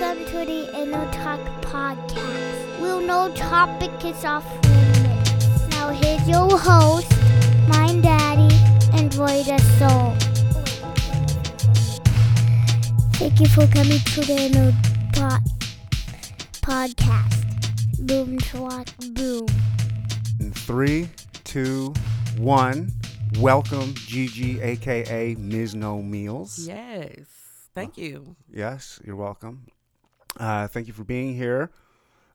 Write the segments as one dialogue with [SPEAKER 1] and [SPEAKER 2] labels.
[SPEAKER 1] Equity and No Talk podcast. Will no topic is off limits. Now here's your host, Mind Daddy, and Roy the Soul. Thank you for coming to the No Pod podcast. Boom talk boom.
[SPEAKER 2] In three, two, one. Welcome, Gigi, aka Ms. No Meals.
[SPEAKER 3] Yes. Thank you.
[SPEAKER 2] Yes, you're welcome. Uh, thank you for being here.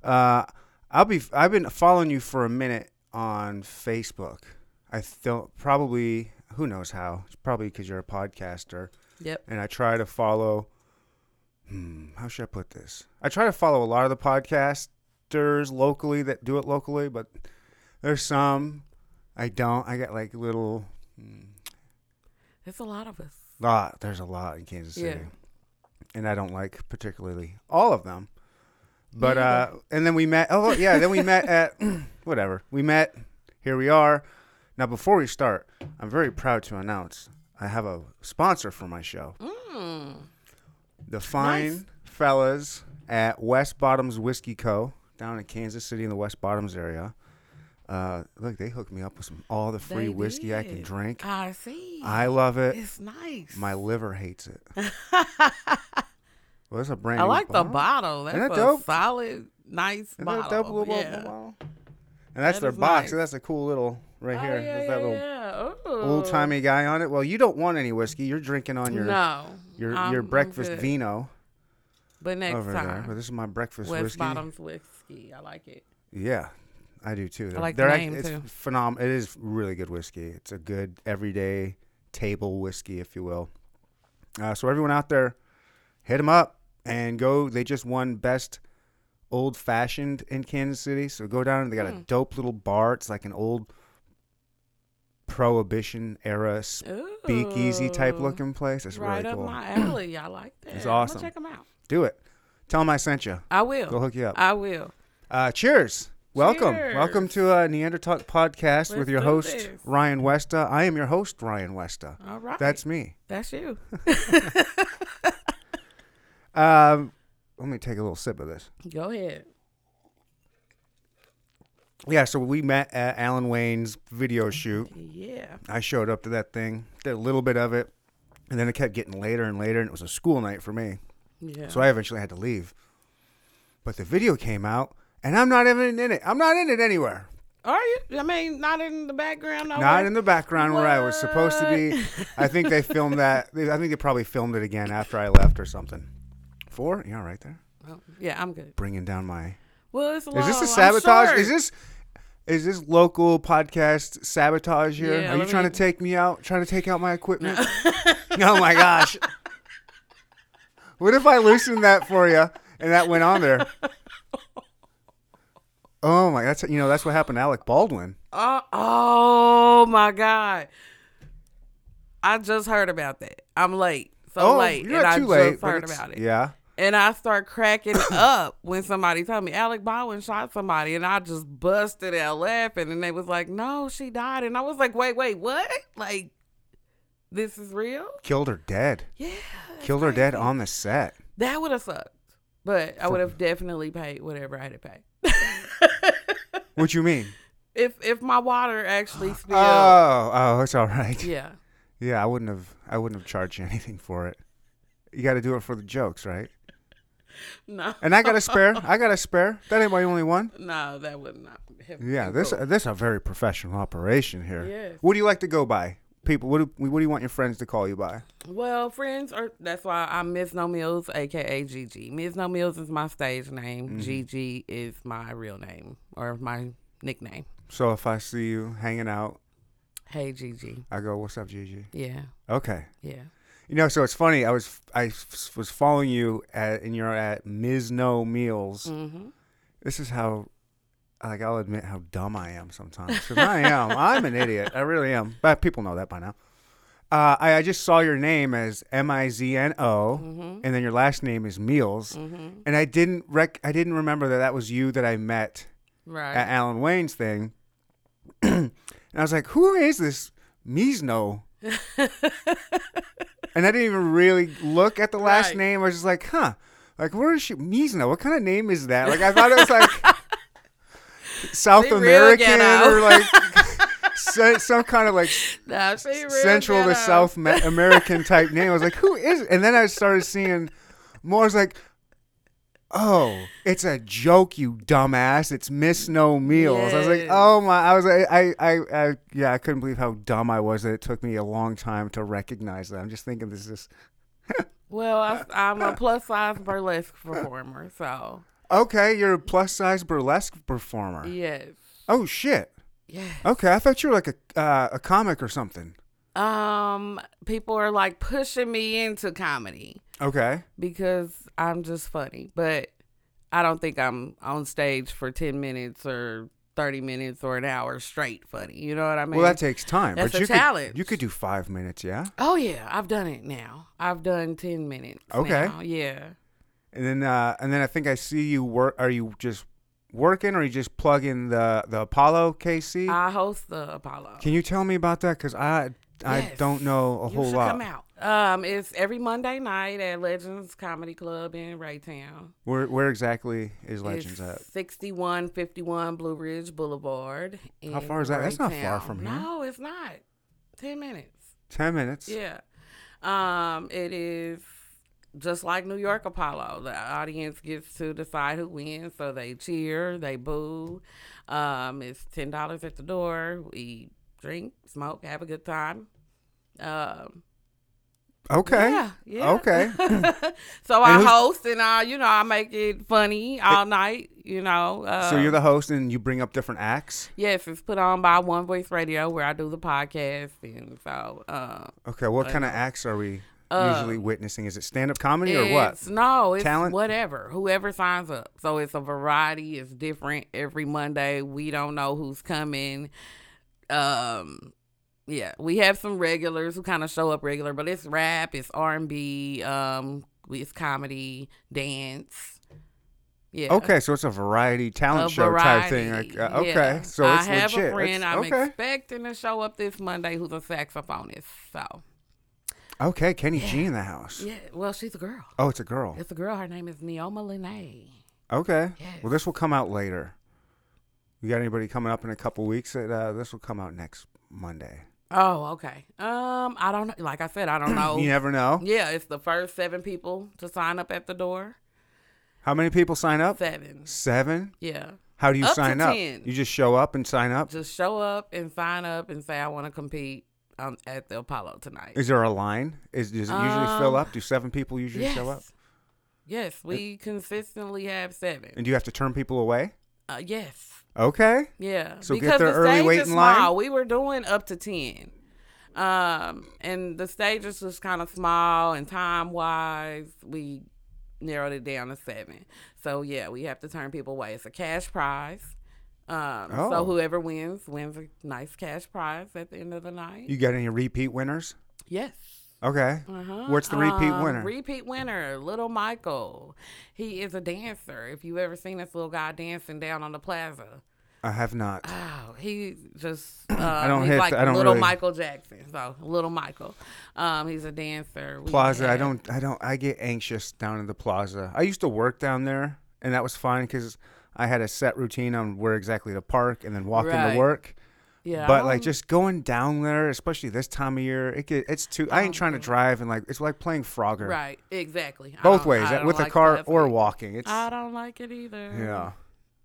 [SPEAKER 2] Uh, I'll be. I've been following you for a minute on Facebook. I still probably who knows how. It's probably because you're a podcaster,
[SPEAKER 3] Yep.
[SPEAKER 2] and I try to follow. Hmm, how should I put this? I try to follow a lot of the podcasters locally that do it locally, but there's some I don't. I got like little. hmm,
[SPEAKER 3] It's a lot of us.
[SPEAKER 2] lot. There's a lot in Kansas
[SPEAKER 3] Yeah.
[SPEAKER 2] City, and I don't like particularly all of them. But uh,
[SPEAKER 3] neither.
[SPEAKER 2] and then we met. Oh yeah, then we met at whatever. We met. Here we are. Now before we start, I'm very proud to announce I have a sponsor for my show.
[SPEAKER 3] Mm.
[SPEAKER 2] The fine fellas at West Bottoms Whiskey Co. down in Kansas City in the West Bottoms area. Uh, look, they hooked me up with some all the free
[SPEAKER 3] They
[SPEAKER 2] whiskey I can
[SPEAKER 3] did.
[SPEAKER 2] drink.
[SPEAKER 3] I see.
[SPEAKER 2] I love it.
[SPEAKER 3] it's nice.
[SPEAKER 2] My liver hates it. well, it's a brand.
[SPEAKER 3] I
[SPEAKER 2] new
[SPEAKER 3] like the
[SPEAKER 2] bottle.
[SPEAKER 3] bottle. That's
[SPEAKER 2] Isn't that
[SPEAKER 3] a
[SPEAKER 2] dope?
[SPEAKER 3] solid, nice
[SPEAKER 2] Isn't that
[SPEAKER 3] bottle.
[SPEAKER 2] dope? Little bottle,
[SPEAKER 3] yeah.
[SPEAKER 2] bottle? And that's
[SPEAKER 3] That
[SPEAKER 2] their
[SPEAKER 3] is
[SPEAKER 2] box.
[SPEAKER 3] nice.
[SPEAKER 2] And that's a cool little right here.
[SPEAKER 3] Oh, yeah,
[SPEAKER 2] There's
[SPEAKER 3] yeah,
[SPEAKER 2] that little
[SPEAKER 3] yeah. Ooh.
[SPEAKER 2] old timey guy on it. Well, you don't want any whiskey. You're drinking on your
[SPEAKER 3] no,
[SPEAKER 2] your
[SPEAKER 3] I'm-
[SPEAKER 2] your
[SPEAKER 3] I'm
[SPEAKER 2] breakfast
[SPEAKER 3] good.
[SPEAKER 2] vino
[SPEAKER 3] But next
[SPEAKER 2] over there.
[SPEAKER 3] time,
[SPEAKER 2] But this is my breakfast
[SPEAKER 3] West
[SPEAKER 2] whiskey.
[SPEAKER 3] Bottoms whiskey. I like it.
[SPEAKER 2] Yeah, I do too. They're-
[SPEAKER 3] like the
[SPEAKER 2] they're act-
[SPEAKER 3] name,
[SPEAKER 2] it's
[SPEAKER 3] too.
[SPEAKER 2] Phenom- it is really good whiskey. It's a good everyday table whiskey, if you will. Uh, so everyone out there, hit them up and go. They just won best old fashioned in Kansas City. So go down and they got
[SPEAKER 3] Hmm.
[SPEAKER 2] a dope little bar. It's like an old prohibition era speakeasy type
[SPEAKER 3] Ooh.
[SPEAKER 2] looking place. It's
[SPEAKER 3] right
[SPEAKER 2] really
[SPEAKER 3] up
[SPEAKER 2] cool.
[SPEAKER 3] my alley. I like that.
[SPEAKER 2] It's
[SPEAKER 3] I'm gonna
[SPEAKER 2] awesome.
[SPEAKER 3] check them out.
[SPEAKER 2] do it. Tell them I sent you.
[SPEAKER 3] I will.
[SPEAKER 2] Go hook you up.
[SPEAKER 3] I will.
[SPEAKER 2] Uh, cheers. Welcome.
[SPEAKER 3] Cheers.
[SPEAKER 2] Welcome to uh, Neanderthal Podcast with
[SPEAKER 3] Let's
[SPEAKER 2] your
[SPEAKER 3] do
[SPEAKER 2] host,
[SPEAKER 3] this.
[SPEAKER 2] Ryan Westa. I am your host, Ryan Westa.
[SPEAKER 3] All right.
[SPEAKER 2] That's me.
[SPEAKER 3] that's you.
[SPEAKER 2] Um, let me take a little sip of this.
[SPEAKER 3] Go ahead.
[SPEAKER 2] Yeah, so we met at Alan Wayne's video shoot.
[SPEAKER 3] Yeah.
[SPEAKER 2] I showed up to that thing, did a little bit of it, and then it kept getting later and later, and it was a school night for me.
[SPEAKER 3] Yeah.
[SPEAKER 2] So I eventually had to leave. But the video came out, and I'm not even in it. I'm not in it anywhere.
[SPEAKER 3] Are you? I mean, not in the background. No
[SPEAKER 2] Not
[SPEAKER 3] way?
[SPEAKER 2] in the background where I was supposed to be.
[SPEAKER 3] What?
[SPEAKER 2] I think they filmed that. they- I think they probably filmed it again after I left or something. Four? Yeah, right there.
[SPEAKER 3] Oh, yeah, I'm good.
[SPEAKER 2] Bringing down my.
[SPEAKER 3] Well, it's
[SPEAKER 2] Is this
[SPEAKER 3] low,
[SPEAKER 2] a
[SPEAKER 3] I'm
[SPEAKER 2] sabotage? Is
[SPEAKER 3] short.
[SPEAKER 2] this is this local podcast sabotage here?
[SPEAKER 3] Yeah,
[SPEAKER 2] Are you
[SPEAKER 3] let
[SPEAKER 2] trying
[SPEAKER 3] me-
[SPEAKER 2] to take me out? Trying to take out my equipment? oh my gosh! What if I loosened that for you and that went on there? Oh my! That's you know that's what happened to Alec Baldwin.
[SPEAKER 3] Oh, oh my god! I just heard about that. I'm late. So
[SPEAKER 2] oh,
[SPEAKER 3] late,
[SPEAKER 2] you're
[SPEAKER 3] and
[SPEAKER 2] not
[SPEAKER 3] I
[SPEAKER 2] too late.
[SPEAKER 3] just
[SPEAKER 2] but
[SPEAKER 3] heard
[SPEAKER 2] it's-
[SPEAKER 3] about it.
[SPEAKER 2] Yeah.
[SPEAKER 3] And I start cracking up when somebody told me Alec Baldwin shot somebody, and I just busted out laughing. And they was like, "No, she died," and I was like, "Wait, wait, what? Like, this is real?"
[SPEAKER 2] Killed her dead.
[SPEAKER 3] Yeah. that's
[SPEAKER 2] Killed her dead
[SPEAKER 3] crazy.
[SPEAKER 2] on the set.
[SPEAKER 3] That would have sucked. But I would have definitely paid whatever I had to pay.
[SPEAKER 2] What you mean?
[SPEAKER 3] if if my water actually spilled.
[SPEAKER 2] Oh, oh, it's all right. Yeah.
[SPEAKER 3] yeah.
[SPEAKER 2] I wouldn't have. I wouldn't have charged you anything for it. You got to do it for the jokes, right?
[SPEAKER 3] No.
[SPEAKER 2] And I got a spare. I got a spare. That ain't my only one.
[SPEAKER 3] No, that would not have
[SPEAKER 2] Yeah,
[SPEAKER 3] been
[SPEAKER 2] this
[SPEAKER 3] cool.
[SPEAKER 2] this a very professional operation here.
[SPEAKER 3] Yes.
[SPEAKER 2] What do you like to go by, people? What do what do you want your friends to call you by?
[SPEAKER 3] Well, friends are that's why I Miss No Mills, aka Gigi. Miss No Mills is my stage name.
[SPEAKER 2] Mm-hmm.
[SPEAKER 3] Gigi is my real name or my nickname.
[SPEAKER 2] So if I see you hanging out,
[SPEAKER 3] Hey Gigi.
[SPEAKER 2] I go, "What's up, Gigi?"
[SPEAKER 3] Yeah.
[SPEAKER 2] Okay.
[SPEAKER 3] Yeah.
[SPEAKER 2] You know, so it's funny. I was I f- was following you at, and you're at Ms. No Meals.
[SPEAKER 3] Mm-hmm.
[SPEAKER 2] this is how like I'll admit how dumb I am sometimes. 'Cause I am. I'm an idiot. I really am. But people know that by now. Uh, I, I just saw your name as M I Z N O, and then your last name is Meals,
[SPEAKER 3] Mm-hmm.
[SPEAKER 2] and I didn't rec- I didn't remember that that was you that I met
[SPEAKER 3] Right.
[SPEAKER 2] at Alan Wayne's thing, and I was like, who is this Meesno? and I didn't even really look at the last
[SPEAKER 3] Right.
[SPEAKER 2] name. I was just like, huh. Like, where is she? Mizno. What kind of name is that? Like, I thought it was like South
[SPEAKER 3] They real
[SPEAKER 2] American
[SPEAKER 3] ghetto.
[SPEAKER 2] or like se- some kind of like
[SPEAKER 3] Nah, she real
[SPEAKER 2] Central to
[SPEAKER 3] ghetto.
[SPEAKER 2] South Ma- American type name. I was like, who is? It? And then I started seeing more. I was like, oh, it's a joke, you dumbass. It's Miss No Meals. I was like,
[SPEAKER 3] Yes.
[SPEAKER 2] oh my. I was like, I, I, I, yeah, I couldn't believe how dumb I was that it took me a long time to recognize that. I'm just thinking this is
[SPEAKER 3] Well, I, I'm a plus size burlesque performer, so
[SPEAKER 2] okay. You're a plus size burlesque performer.
[SPEAKER 3] yes,
[SPEAKER 2] Oh shit.
[SPEAKER 3] yes.
[SPEAKER 2] Okay, I thought you were like a uh, a comic or something.
[SPEAKER 3] Um, people are like pushing me into comedy
[SPEAKER 2] Okay.
[SPEAKER 3] because I'm just funny, but I don't think I'm on stage for ten minutes or thirty minutes or an hour straight funny. You know what I mean?
[SPEAKER 2] Well, that takes time.
[SPEAKER 3] that's
[SPEAKER 2] but
[SPEAKER 3] a
[SPEAKER 2] you
[SPEAKER 3] challenge.
[SPEAKER 2] Could, you could do five minutes, yeah.
[SPEAKER 3] Oh yeah, I've done it now. I've done ten minutes.
[SPEAKER 2] Okay.
[SPEAKER 3] now, Yeah.
[SPEAKER 2] And then uh, and then I think I see you work. Are you just working, or are you just plugging the the Apollo KC?
[SPEAKER 3] I host the Apollo.
[SPEAKER 2] Can you tell me about that? Because I I
[SPEAKER 3] Yes.
[SPEAKER 2] don't know a
[SPEAKER 3] you
[SPEAKER 2] whole
[SPEAKER 3] should
[SPEAKER 2] lot.
[SPEAKER 3] Come out. Um, it's every Monday night at Legends Comedy Club in Raytown.
[SPEAKER 2] Where where exactly is Legends at?
[SPEAKER 3] it's 6151 Blue Ridge Boulevard.
[SPEAKER 2] How
[SPEAKER 3] in
[SPEAKER 2] far is that? That's not far
[SPEAKER 3] Raytown.
[SPEAKER 2] from here.
[SPEAKER 3] No, it's not. 10 minutes.
[SPEAKER 2] Ten minutes.
[SPEAKER 3] Yeah. Um, it is just like New York Apollo. The audience gets to decide who wins, so they cheer, they boo. Um, it's ten dollars at the door. We drink, smoke, have a good time. Um,
[SPEAKER 2] Okay.
[SPEAKER 3] yeah, yeah.
[SPEAKER 2] Okay.
[SPEAKER 3] so
[SPEAKER 2] And
[SPEAKER 3] I
[SPEAKER 2] who's-
[SPEAKER 3] host and I, you know, I make it funny all night. You know. Um,
[SPEAKER 2] So you're the host, and you bring up different acts.
[SPEAKER 3] yes. It's put on by One Voice Radio where I do the podcast, and so. Um,
[SPEAKER 2] Okay. What kind of acts are we usually witnessing? Is it stand up comedy or what?
[SPEAKER 3] Uh, It's, no, it's
[SPEAKER 2] Talent?
[SPEAKER 3] whatever. Whoever signs up. So it's a variety. It's different every Monday. We don't know who's coming. Um, yeah, we have some regulars who kind of show up regular, but it's rap, it's R and B, um, it's comedy, dance. Yeah.
[SPEAKER 2] Okay, so it's a variety talent
[SPEAKER 3] A
[SPEAKER 2] show type thing.
[SPEAKER 3] variety,
[SPEAKER 2] Like, uh, okay,
[SPEAKER 3] yeah.
[SPEAKER 2] so
[SPEAKER 3] I
[SPEAKER 2] it's
[SPEAKER 3] have
[SPEAKER 2] legit.
[SPEAKER 3] a
[SPEAKER 2] It's-
[SPEAKER 3] friend I'm
[SPEAKER 2] okay,
[SPEAKER 3] expecting to show up this Monday who's a saxophonist. So
[SPEAKER 2] okay, Kenny G in the house.
[SPEAKER 3] yeah, well she's a girl.
[SPEAKER 2] Oh, it's a girl.
[SPEAKER 3] It's a girl. Her name is Neoma Lene.
[SPEAKER 2] Okay.
[SPEAKER 3] Yes.
[SPEAKER 2] Well, this will come out later. You got anybody coming up in a couple weeks? That, uh, this will come out next Monday.
[SPEAKER 3] Oh, okay. Um, I don't know. Like I said, I don't know.
[SPEAKER 2] You never know.
[SPEAKER 3] Oh. Yeah, it's the first seven people to sign up at the door.
[SPEAKER 2] How many people sign up?
[SPEAKER 3] Seven.
[SPEAKER 2] Seven.
[SPEAKER 3] Yeah.
[SPEAKER 2] How do you
[SPEAKER 3] Up to
[SPEAKER 2] sign up?
[SPEAKER 3] 10.
[SPEAKER 2] You just show up and sign up.
[SPEAKER 3] Just show up and sign up and say I want to compete um, at the Apollo tonight.
[SPEAKER 2] Is there a line? Is does it usually fill
[SPEAKER 3] Um,
[SPEAKER 2] up? Do seven people usually show up?
[SPEAKER 3] Yes, we consistently have seven.
[SPEAKER 2] And do you have to turn people away?
[SPEAKER 3] Uh, yes.
[SPEAKER 2] Okay.
[SPEAKER 3] Yeah.
[SPEAKER 2] So get
[SPEAKER 3] because
[SPEAKER 2] there
[SPEAKER 3] the
[SPEAKER 2] early,
[SPEAKER 3] stage
[SPEAKER 2] wait
[SPEAKER 3] is
[SPEAKER 2] in line?
[SPEAKER 3] small. We were doing up to ten. Um, and the stage is just kind of small and time wise, we narrowed it down to seven. So yeah, we have to turn people away. It's a cash prize. Um,
[SPEAKER 2] Oh.
[SPEAKER 3] so whoever wins wins a nice cash prize at the end of the night.
[SPEAKER 2] You got any repeat winners?
[SPEAKER 3] yes.
[SPEAKER 2] Okay.
[SPEAKER 3] Uh-huh.
[SPEAKER 2] What's the repeat
[SPEAKER 3] Um,
[SPEAKER 2] winner?
[SPEAKER 3] Repeat winner, Little Michael. He is a dancer. If you've ever seen this little guy dancing down on the plaza,
[SPEAKER 2] I have not.
[SPEAKER 3] Oh, he just uh, I
[SPEAKER 2] don't
[SPEAKER 3] he's
[SPEAKER 2] hit-
[SPEAKER 3] like
[SPEAKER 2] I don't
[SPEAKER 3] little
[SPEAKER 2] really-
[SPEAKER 3] Michael Jackson. So little Michael, um, he's a dancer. We
[SPEAKER 2] plaza i
[SPEAKER 3] had-
[SPEAKER 2] don't i don't i get anxious down in the plaza i used to work down there and that was fine because i had a set routine on where exactly to park and then walk into
[SPEAKER 3] Right.
[SPEAKER 2] work
[SPEAKER 3] Yeah, Um,
[SPEAKER 2] but
[SPEAKER 3] I
[SPEAKER 2] like
[SPEAKER 3] don't-
[SPEAKER 2] just going down there especially this time of year it get, it's too i ain't trying to drive and like it's like playing frogger
[SPEAKER 3] um, right, exactly. I
[SPEAKER 2] both
[SPEAKER 3] don't-
[SPEAKER 2] ways
[SPEAKER 3] I
[SPEAKER 2] that-
[SPEAKER 3] don't
[SPEAKER 2] with
[SPEAKER 3] like
[SPEAKER 2] a car
[SPEAKER 3] that.
[SPEAKER 2] or walking it's
[SPEAKER 3] I don't like it either.
[SPEAKER 2] yeah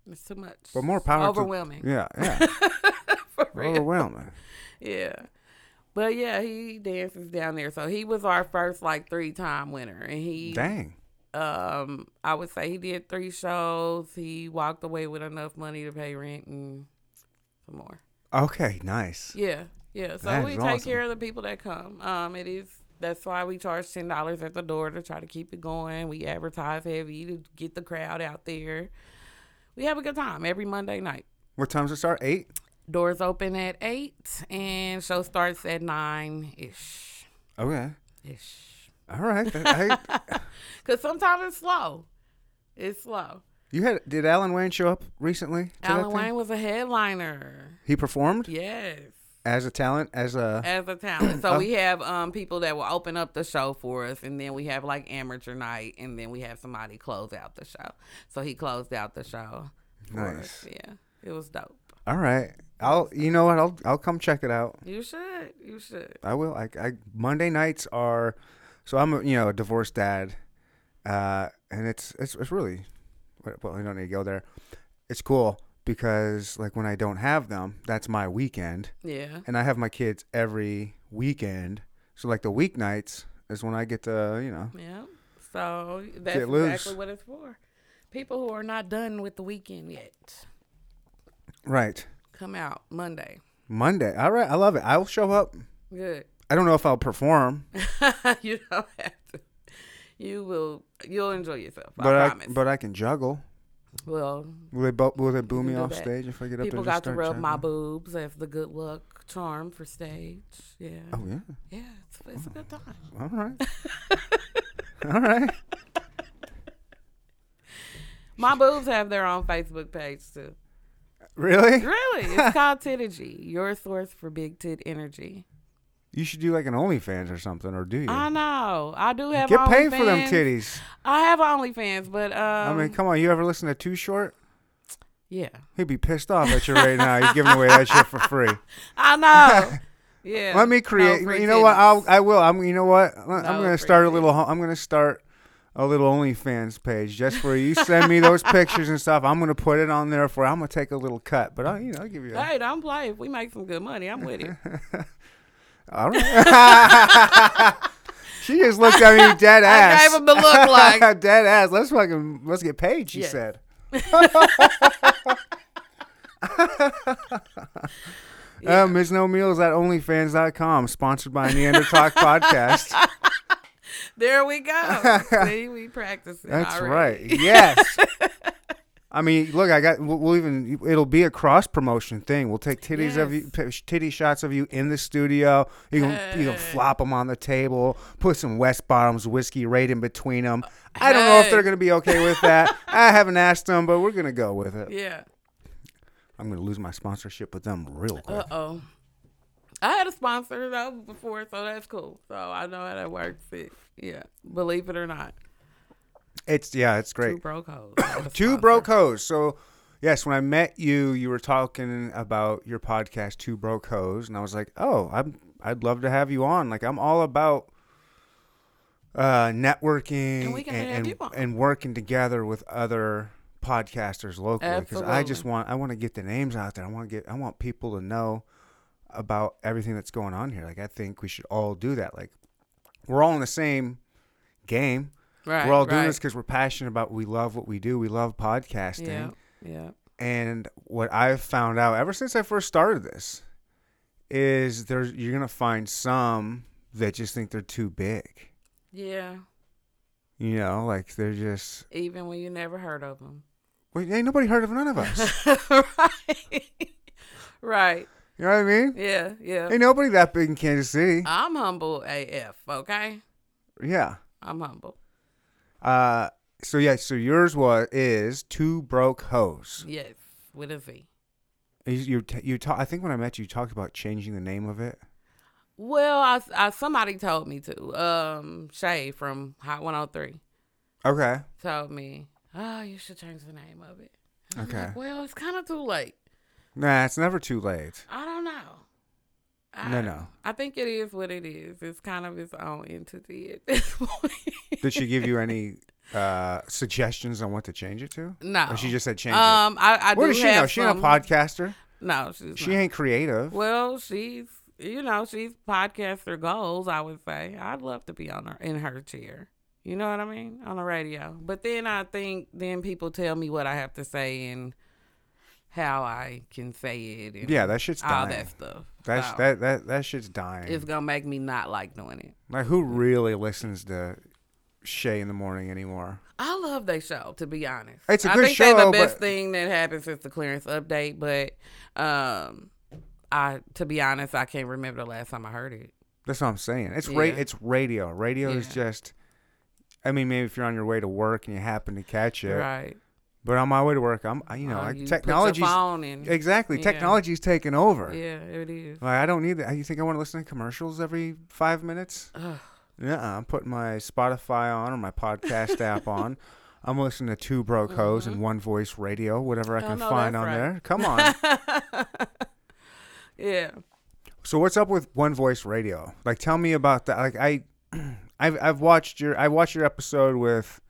[SPEAKER 3] it's too much.
[SPEAKER 2] but more power to-
[SPEAKER 3] overwhelming.
[SPEAKER 2] yeah yeah
[SPEAKER 3] For real.
[SPEAKER 2] overwhelming
[SPEAKER 3] Yeah. But yeah, he dances down there. So he was our first like three time winner, and he
[SPEAKER 2] dang
[SPEAKER 3] um I would say he did three shows. He walked away with enough money to pay rent and some more.
[SPEAKER 2] okay nice
[SPEAKER 3] Yeah, yeah. So
[SPEAKER 2] That
[SPEAKER 3] we
[SPEAKER 2] is
[SPEAKER 3] take
[SPEAKER 2] awesome.
[SPEAKER 3] care of the people that come. Um, it is that's why we charge ten dollars at the door to try to keep it going. We advertise heavy to get the crowd out there. We have a good time every Monday night.
[SPEAKER 2] what time's it start eight
[SPEAKER 3] Doors open at eight and show starts at nine ish,
[SPEAKER 2] okay
[SPEAKER 3] ish.
[SPEAKER 2] all right That- I-
[SPEAKER 3] Cause sometimes it's slow. It's slow.
[SPEAKER 2] you had did alan wayne show up recently to that
[SPEAKER 3] Alan
[SPEAKER 2] thing?
[SPEAKER 3] Wayne was a headliner.
[SPEAKER 2] he performed
[SPEAKER 3] Yes.
[SPEAKER 2] as a talent, as a
[SPEAKER 3] as a talent. So
[SPEAKER 2] Oh.
[SPEAKER 3] we have um people that will open up the show for us, and then we have like amateur night, and then we have somebody close out the show. So he closed out the show. for us.
[SPEAKER 2] Nice.
[SPEAKER 3] Yeah, it was dope.
[SPEAKER 2] all right. I'll you know what I'll I'll come check it out.
[SPEAKER 3] You should. You should.
[SPEAKER 2] I will. I, I Monday nights are so I'm a, you know a divorced dad, uh, and it's it's it's really well I don't need to go there. It's cool because like when I don't have them, that's my weekend,
[SPEAKER 3] Yeah.
[SPEAKER 2] and I have my kids every weekend. So like the weeknights is when I get to you know
[SPEAKER 3] Yeah. So that's
[SPEAKER 2] Get loose.
[SPEAKER 3] exactly what it's for. People who are not done with the weekend yet
[SPEAKER 2] right
[SPEAKER 3] come out Monday.
[SPEAKER 2] Monday. All right, I love it. I will show up.
[SPEAKER 3] Good.
[SPEAKER 2] I don't know if I'll perform,
[SPEAKER 3] you don't have to. You will. You'll enjoy yourself.
[SPEAKER 2] but
[SPEAKER 3] I
[SPEAKER 2] I,
[SPEAKER 3] promise.
[SPEAKER 2] but I can juggle.
[SPEAKER 3] well,
[SPEAKER 2] Will they bo- will they boo me
[SPEAKER 3] do
[SPEAKER 2] off
[SPEAKER 3] that.
[SPEAKER 2] stage if I get up
[SPEAKER 3] people
[SPEAKER 2] there? and just
[SPEAKER 3] got to
[SPEAKER 2] start
[SPEAKER 3] rub my
[SPEAKER 2] juggling?
[SPEAKER 3] boobs as the good luck charm for stage. Yeah.
[SPEAKER 2] Oh yeah.
[SPEAKER 3] Yeah. It's, it's a good time.
[SPEAKER 2] All right. All right.
[SPEAKER 3] My boobs have their own Facebook page too.
[SPEAKER 2] Really?
[SPEAKER 3] Really? It's called Tittergy, your source for big tit energy.
[SPEAKER 2] You should do like an OnlyFans or something, or do you?
[SPEAKER 3] I know. I do have
[SPEAKER 2] Get paid for them
[SPEAKER 3] OnlyFans.
[SPEAKER 2] titties.
[SPEAKER 3] I have OnlyFans, but um,
[SPEAKER 2] I mean, come on. You ever listen to Too Short?
[SPEAKER 3] yeah,
[SPEAKER 2] He'd be pissed off at you right now. You're giving away that shit for free.
[SPEAKER 3] I know. Yeah.
[SPEAKER 2] Let me
[SPEAKER 3] No
[SPEAKER 2] create.
[SPEAKER 3] free
[SPEAKER 2] you know what? I'll.
[SPEAKER 3] titties.
[SPEAKER 2] I will. I'm. You know what? I'm
[SPEAKER 3] free
[SPEAKER 2] gonna start a little. ho- I'm gonna start a little OnlyFans page just for you. Send me those pictures and stuff. I'm gonna put it on there for. I'm gonna take a little cut, but I, you know, I'll give you. A,
[SPEAKER 3] Hey, don't play. If we make some good money, I'm with it.
[SPEAKER 2] all right. she just looked at me dead ass.
[SPEAKER 3] I gave him the look like
[SPEAKER 2] dead ass. Let's fucking let's get paid. She
[SPEAKER 3] Yes.
[SPEAKER 2] said. Uh, Ms. No Meals at OnlyFans.com, sponsored by Neanderthal Podcast.
[SPEAKER 3] there we go. See, we practicing.
[SPEAKER 2] That's
[SPEAKER 3] already.
[SPEAKER 2] right. Yes. I mean, look, I got. We'll, we'll even. It'll be a cross promotion thing. We'll take titties of you,
[SPEAKER 3] Yes.
[SPEAKER 2] p- titty shots of you in the studio. You can you can flop them on the table. Put some West Bottoms whiskey right in between them. I don't know if
[SPEAKER 3] Hey.
[SPEAKER 2] they're gonna be okay with that. I haven't asked them, but we're gonna go with it.
[SPEAKER 3] Yeah.
[SPEAKER 2] I'm gonna lose my sponsorship with them real quick.
[SPEAKER 3] Uh oh. I had a sponsor though before, so that's cool. So I know how that works. It, yeah. Believe it or not,
[SPEAKER 2] it's yeah, it's
[SPEAKER 3] two
[SPEAKER 2] great.
[SPEAKER 3] broke hoes.
[SPEAKER 2] Two broke hoes. So yes, when I met you, you were talking about your podcast, Two Broke Hoes, and I was like, oh, I'm I'd love to have you on. Like I'm all about uh networking
[SPEAKER 3] And we can have
[SPEAKER 2] and,
[SPEAKER 3] you on.
[SPEAKER 2] and working together with other podcasters locally because I just
[SPEAKER 3] Absolutely.
[SPEAKER 2] want I want to get the names out there. I want to get I want people to know about everything that's going on here. Like I think we should all do that. Like we're all in the same game
[SPEAKER 3] Right.
[SPEAKER 2] we're all doing
[SPEAKER 3] right.
[SPEAKER 2] this because we're passionate about we love what we do we love podcasting
[SPEAKER 3] Yeah. Yeah.
[SPEAKER 2] and what i've found out ever since i first started this is there's you're gonna find some that just think they're too big
[SPEAKER 3] Yeah.
[SPEAKER 2] you know like they're just
[SPEAKER 3] Even when you never heard of them.
[SPEAKER 2] well, ain't nobody heard of none of us
[SPEAKER 3] right. right.
[SPEAKER 2] you know what i mean
[SPEAKER 3] Yeah. Yeah.
[SPEAKER 2] ain't nobody that big in kansas city
[SPEAKER 3] I'm humble AF. Okay.
[SPEAKER 2] yeah
[SPEAKER 3] I'm humble.
[SPEAKER 2] uh so yeah so yours was is two broke hoes
[SPEAKER 3] Yes. With a V.
[SPEAKER 2] you you, t- you ta- i think when i met you you talked about changing the name of it
[SPEAKER 3] Well, I, I somebody told me to. Um, Shay from Hot 103
[SPEAKER 2] okay
[SPEAKER 3] told me, "Oh, you should change the name of it." And I'm
[SPEAKER 2] Okay.
[SPEAKER 3] like, well, it's kind of too late.
[SPEAKER 2] nah it's never too late
[SPEAKER 3] I don't know. I,
[SPEAKER 2] No, no.
[SPEAKER 3] I think it is what it is. It's kind of its own entity at this point.
[SPEAKER 2] Did she give you any uh, suggestions on what to change it to?
[SPEAKER 3] no.
[SPEAKER 2] Or she just said change
[SPEAKER 3] Um, I, I
[SPEAKER 2] it. What
[SPEAKER 3] do
[SPEAKER 2] does she
[SPEAKER 3] have
[SPEAKER 2] know? She ain't a
[SPEAKER 3] some-
[SPEAKER 2] podcaster.
[SPEAKER 3] No, she's
[SPEAKER 2] She
[SPEAKER 3] not.
[SPEAKER 2] ain't creative.
[SPEAKER 3] Well, she's you know she's podcaster goals. I would say I'd love to be on her in her chair. You know what I mean on the radio. But then I think then people tell me what I have to say and how I can say it. And
[SPEAKER 2] Yeah, that shit's
[SPEAKER 3] all Oh.
[SPEAKER 2] dying.
[SPEAKER 3] that stuff.
[SPEAKER 2] That's
[SPEAKER 3] So,
[SPEAKER 2] that that that shit's dying.
[SPEAKER 3] It's gonna make me not like doing it.
[SPEAKER 2] like who really listens to Shay in the morning anymore?
[SPEAKER 3] I love they show, to be honest.
[SPEAKER 2] It's a
[SPEAKER 3] I
[SPEAKER 2] good
[SPEAKER 3] think they're
[SPEAKER 2] show,
[SPEAKER 3] the best
[SPEAKER 2] but-
[SPEAKER 3] thing that happened since the clearance update, but um I to be honest, I can't remember the last time I heard it.
[SPEAKER 2] That's what I'm saying. It's ra-
[SPEAKER 3] Yeah.
[SPEAKER 2] it's radio. Radio is
[SPEAKER 3] Yeah.
[SPEAKER 2] just. I mean, maybe if you're on your way to work and you happen to catch it,
[SPEAKER 3] Right.
[SPEAKER 2] But on my way to work, I'm I- you know
[SPEAKER 3] Or
[SPEAKER 2] like
[SPEAKER 3] Oh, you put your
[SPEAKER 2] technology's
[SPEAKER 3] phone in.
[SPEAKER 2] exactly
[SPEAKER 3] Yeah.
[SPEAKER 2] technology's taken over.
[SPEAKER 3] Yeah, it is.
[SPEAKER 2] Like I don't need that. You think I want to listen to commercials every five minutes?
[SPEAKER 3] Ugh.
[SPEAKER 2] Yeah, I'm putting my Spotify on or my podcast app on. I'm listening to Two Broke Hoes and One Voice Radio, whatever I
[SPEAKER 3] Mm-hmm. Oh,
[SPEAKER 2] can
[SPEAKER 3] no,
[SPEAKER 2] find on
[SPEAKER 3] that's right.
[SPEAKER 2] there. Come on.
[SPEAKER 3] yeah.
[SPEAKER 2] so what's up with One Voice Radio? Like, tell me about that. Like I, I've, I've watched your I watched your episode with,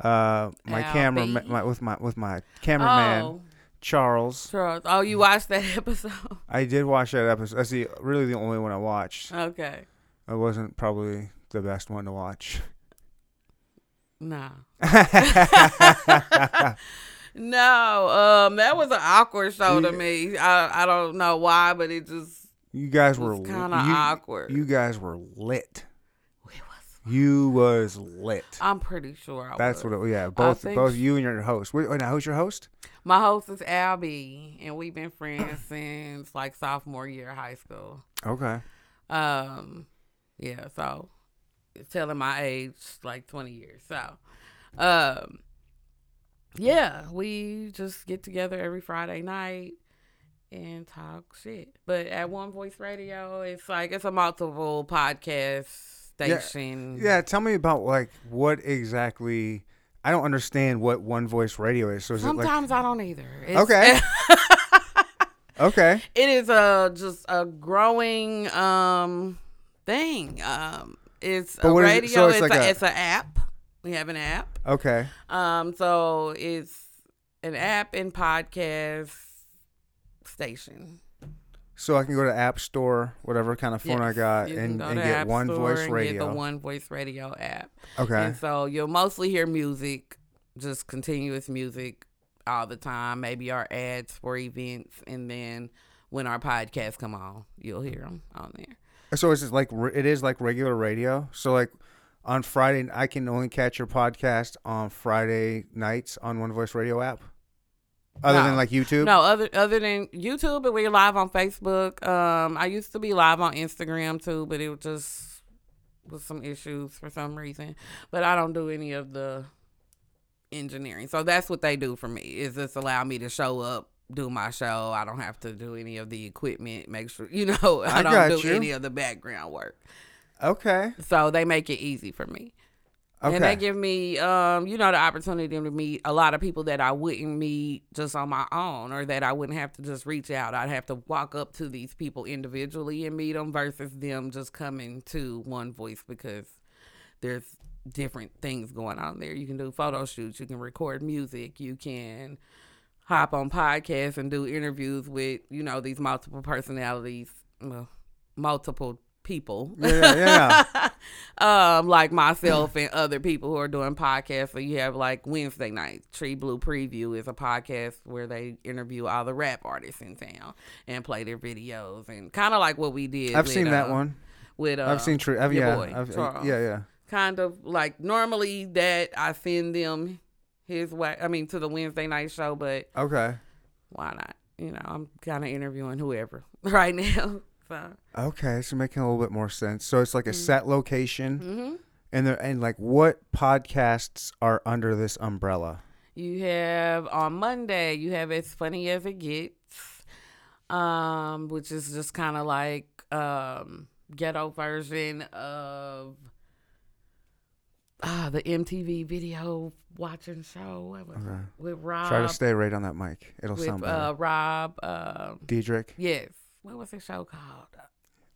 [SPEAKER 2] uh, my
[SPEAKER 3] Al
[SPEAKER 2] camera
[SPEAKER 3] B.
[SPEAKER 2] my, with my with my cameraman
[SPEAKER 3] Oh,
[SPEAKER 2] Charles.
[SPEAKER 3] Charles. Oh, you watched that episode?
[SPEAKER 2] I did watch that episode. That's the really the only one I watched.
[SPEAKER 3] okay.
[SPEAKER 2] It wasn't probably the best one to watch.
[SPEAKER 3] Nah. no. Um, that was an awkward show to me. I I don't know why, but it just
[SPEAKER 2] You guys were
[SPEAKER 3] was
[SPEAKER 2] li-
[SPEAKER 3] kind of
[SPEAKER 2] you-
[SPEAKER 3] awkward.
[SPEAKER 2] You guys were lit.
[SPEAKER 3] It was-
[SPEAKER 2] You was lit.
[SPEAKER 3] I'm pretty sure I
[SPEAKER 2] That's
[SPEAKER 3] was.
[SPEAKER 2] what it yeah, both
[SPEAKER 3] think
[SPEAKER 2] both
[SPEAKER 3] s-
[SPEAKER 2] you and your host. Wait, wait, now who's your host?
[SPEAKER 3] My host is Albie, and we've been friends since like sophomore year of high school.
[SPEAKER 2] Okay.
[SPEAKER 3] Um, yeah, so it's telling my age like 20 years. So, um, yeah, we just get together every Friday night and talk shit. But at One Voice Radio, it's like it's a multiple podcast
[SPEAKER 2] Yeah,
[SPEAKER 3] station.
[SPEAKER 2] Yeah, tell me about like what exactly I don't understand what one voice radio is. So is it like
[SPEAKER 3] Sometimes I don't either. It's-
[SPEAKER 2] Okay. Okay.
[SPEAKER 3] it is a just a growing um thing. Um, it's
[SPEAKER 2] But
[SPEAKER 3] a
[SPEAKER 2] what is it?
[SPEAKER 3] radio.
[SPEAKER 2] So it's
[SPEAKER 3] it's
[SPEAKER 2] like
[SPEAKER 3] a,
[SPEAKER 2] a-
[SPEAKER 3] it's an app. We have an app.
[SPEAKER 2] Okay.
[SPEAKER 3] Um, so it's an app and podcast station.
[SPEAKER 2] So I can go to App Store, whatever kind of phone I
[SPEAKER 3] Yes,
[SPEAKER 2] got,
[SPEAKER 3] you can
[SPEAKER 2] and,
[SPEAKER 3] go
[SPEAKER 2] and
[SPEAKER 3] to
[SPEAKER 2] get
[SPEAKER 3] App
[SPEAKER 2] one
[SPEAKER 3] Store
[SPEAKER 2] voice
[SPEAKER 3] and
[SPEAKER 2] radio.
[SPEAKER 3] Get the One Voice Radio app.
[SPEAKER 2] okay.
[SPEAKER 3] And so you'll mostly hear music, just continuous music all the time. Maybe our ads for events, and then when our podcasts come on, you'll hear them on there.
[SPEAKER 2] So it's just like re- it is like regular radio. So like on Friday, I can only catch your podcast on Friday nights on One Voice Radio app. Other
[SPEAKER 3] No.
[SPEAKER 2] than like YouTube.
[SPEAKER 3] No, other other than YouTube, but we're live on Facebook. Um, I used to be live on Instagram too, but it was just was some issues for some reason. But I don't do any of the engineering, so that's what they do for me. Is just allow me to show up, do my show. I don't have to do any of the equipment. Make sure you know I,
[SPEAKER 2] I got
[SPEAKER 3] don't do
[SPEAKER 2] you.
[SPEAKER 3] any of the background work.
[SPEAKER 2] Okay.
[SPEAKER 3] So they make it easy for me.
[SPEAKER 2] Okay.
[SPEAKER 3] And they give me, um, you know, the opportunity to meet a lot of people that I wouldn't meet just on my own, or that I wouldn't have to just reach out. I'd have to walk up to these people individually and meet them versus them just coming to one voice because there's different things going on there. You can do photo shoots, you can record music, you can hop on podcasts and do interviews with, you know, these multiple personalities, well, multiple people
[SPEAKER 2] yeah, yeah, yeah.
[SPEAKER 3] um, like myself and other people who are doing podcasts. So you have like Wednesday night, Tree Blue Preview is a podcast where they interview all the rap artists in town and play their videos and kind of like what we did.
[SPEAKER 2] I've
[SPEAKER 3] with,
[SPEAKER 2] seen that
[SPEAKER 3] uh,
[SPEAKER 2] one.
[SPEAKER 3] With uh,
[SPEAKER 2] I've seen. True. I've,
[SPEAKER 3] your
[SPEAKER 2] yeah.
[SPEAKER 3] boy,
[SPEAKER 2] I've-
[SPEAKER 3] Charles.
[SPEAKER 2] yeah. Yeah.
[SPEAKER 3] Kind of like normally that I send them his way. I mean to the Wednesday night show, but
[SPEAKER 2] Okay.
[SPEAKER 3] why not? You know, I'm kind of interviewing whoever right now. So
[SPEAKER 2] Okay. So making a little bit more sense. So it's like a
[SPEAKER 3] Mm.
[SPEAKER 2] set location,
[SPEAKER 3] mhm.
[SPEAKER 2] and there and like what podcasts are under this umbrella?
[SPEAKER 3] You have on Monday, you have As Funny as It Gets, um, which is just kind of like um, ghetto version of uh, the MTV video watching show What was it?
[SPEAKER 2] Okay.
[SPEAKER 3] with Rob.
[SPEAKER 2] Try to stay right on that mic. It'll sound
[SPEAKER 3] Uh, with
[SPEAKER 2] better.
[SPEAKER 3] uh, Rob. Um,
[SPEAKER 2] Diedrich,
[SPEAKER 3] yes. What was the show called?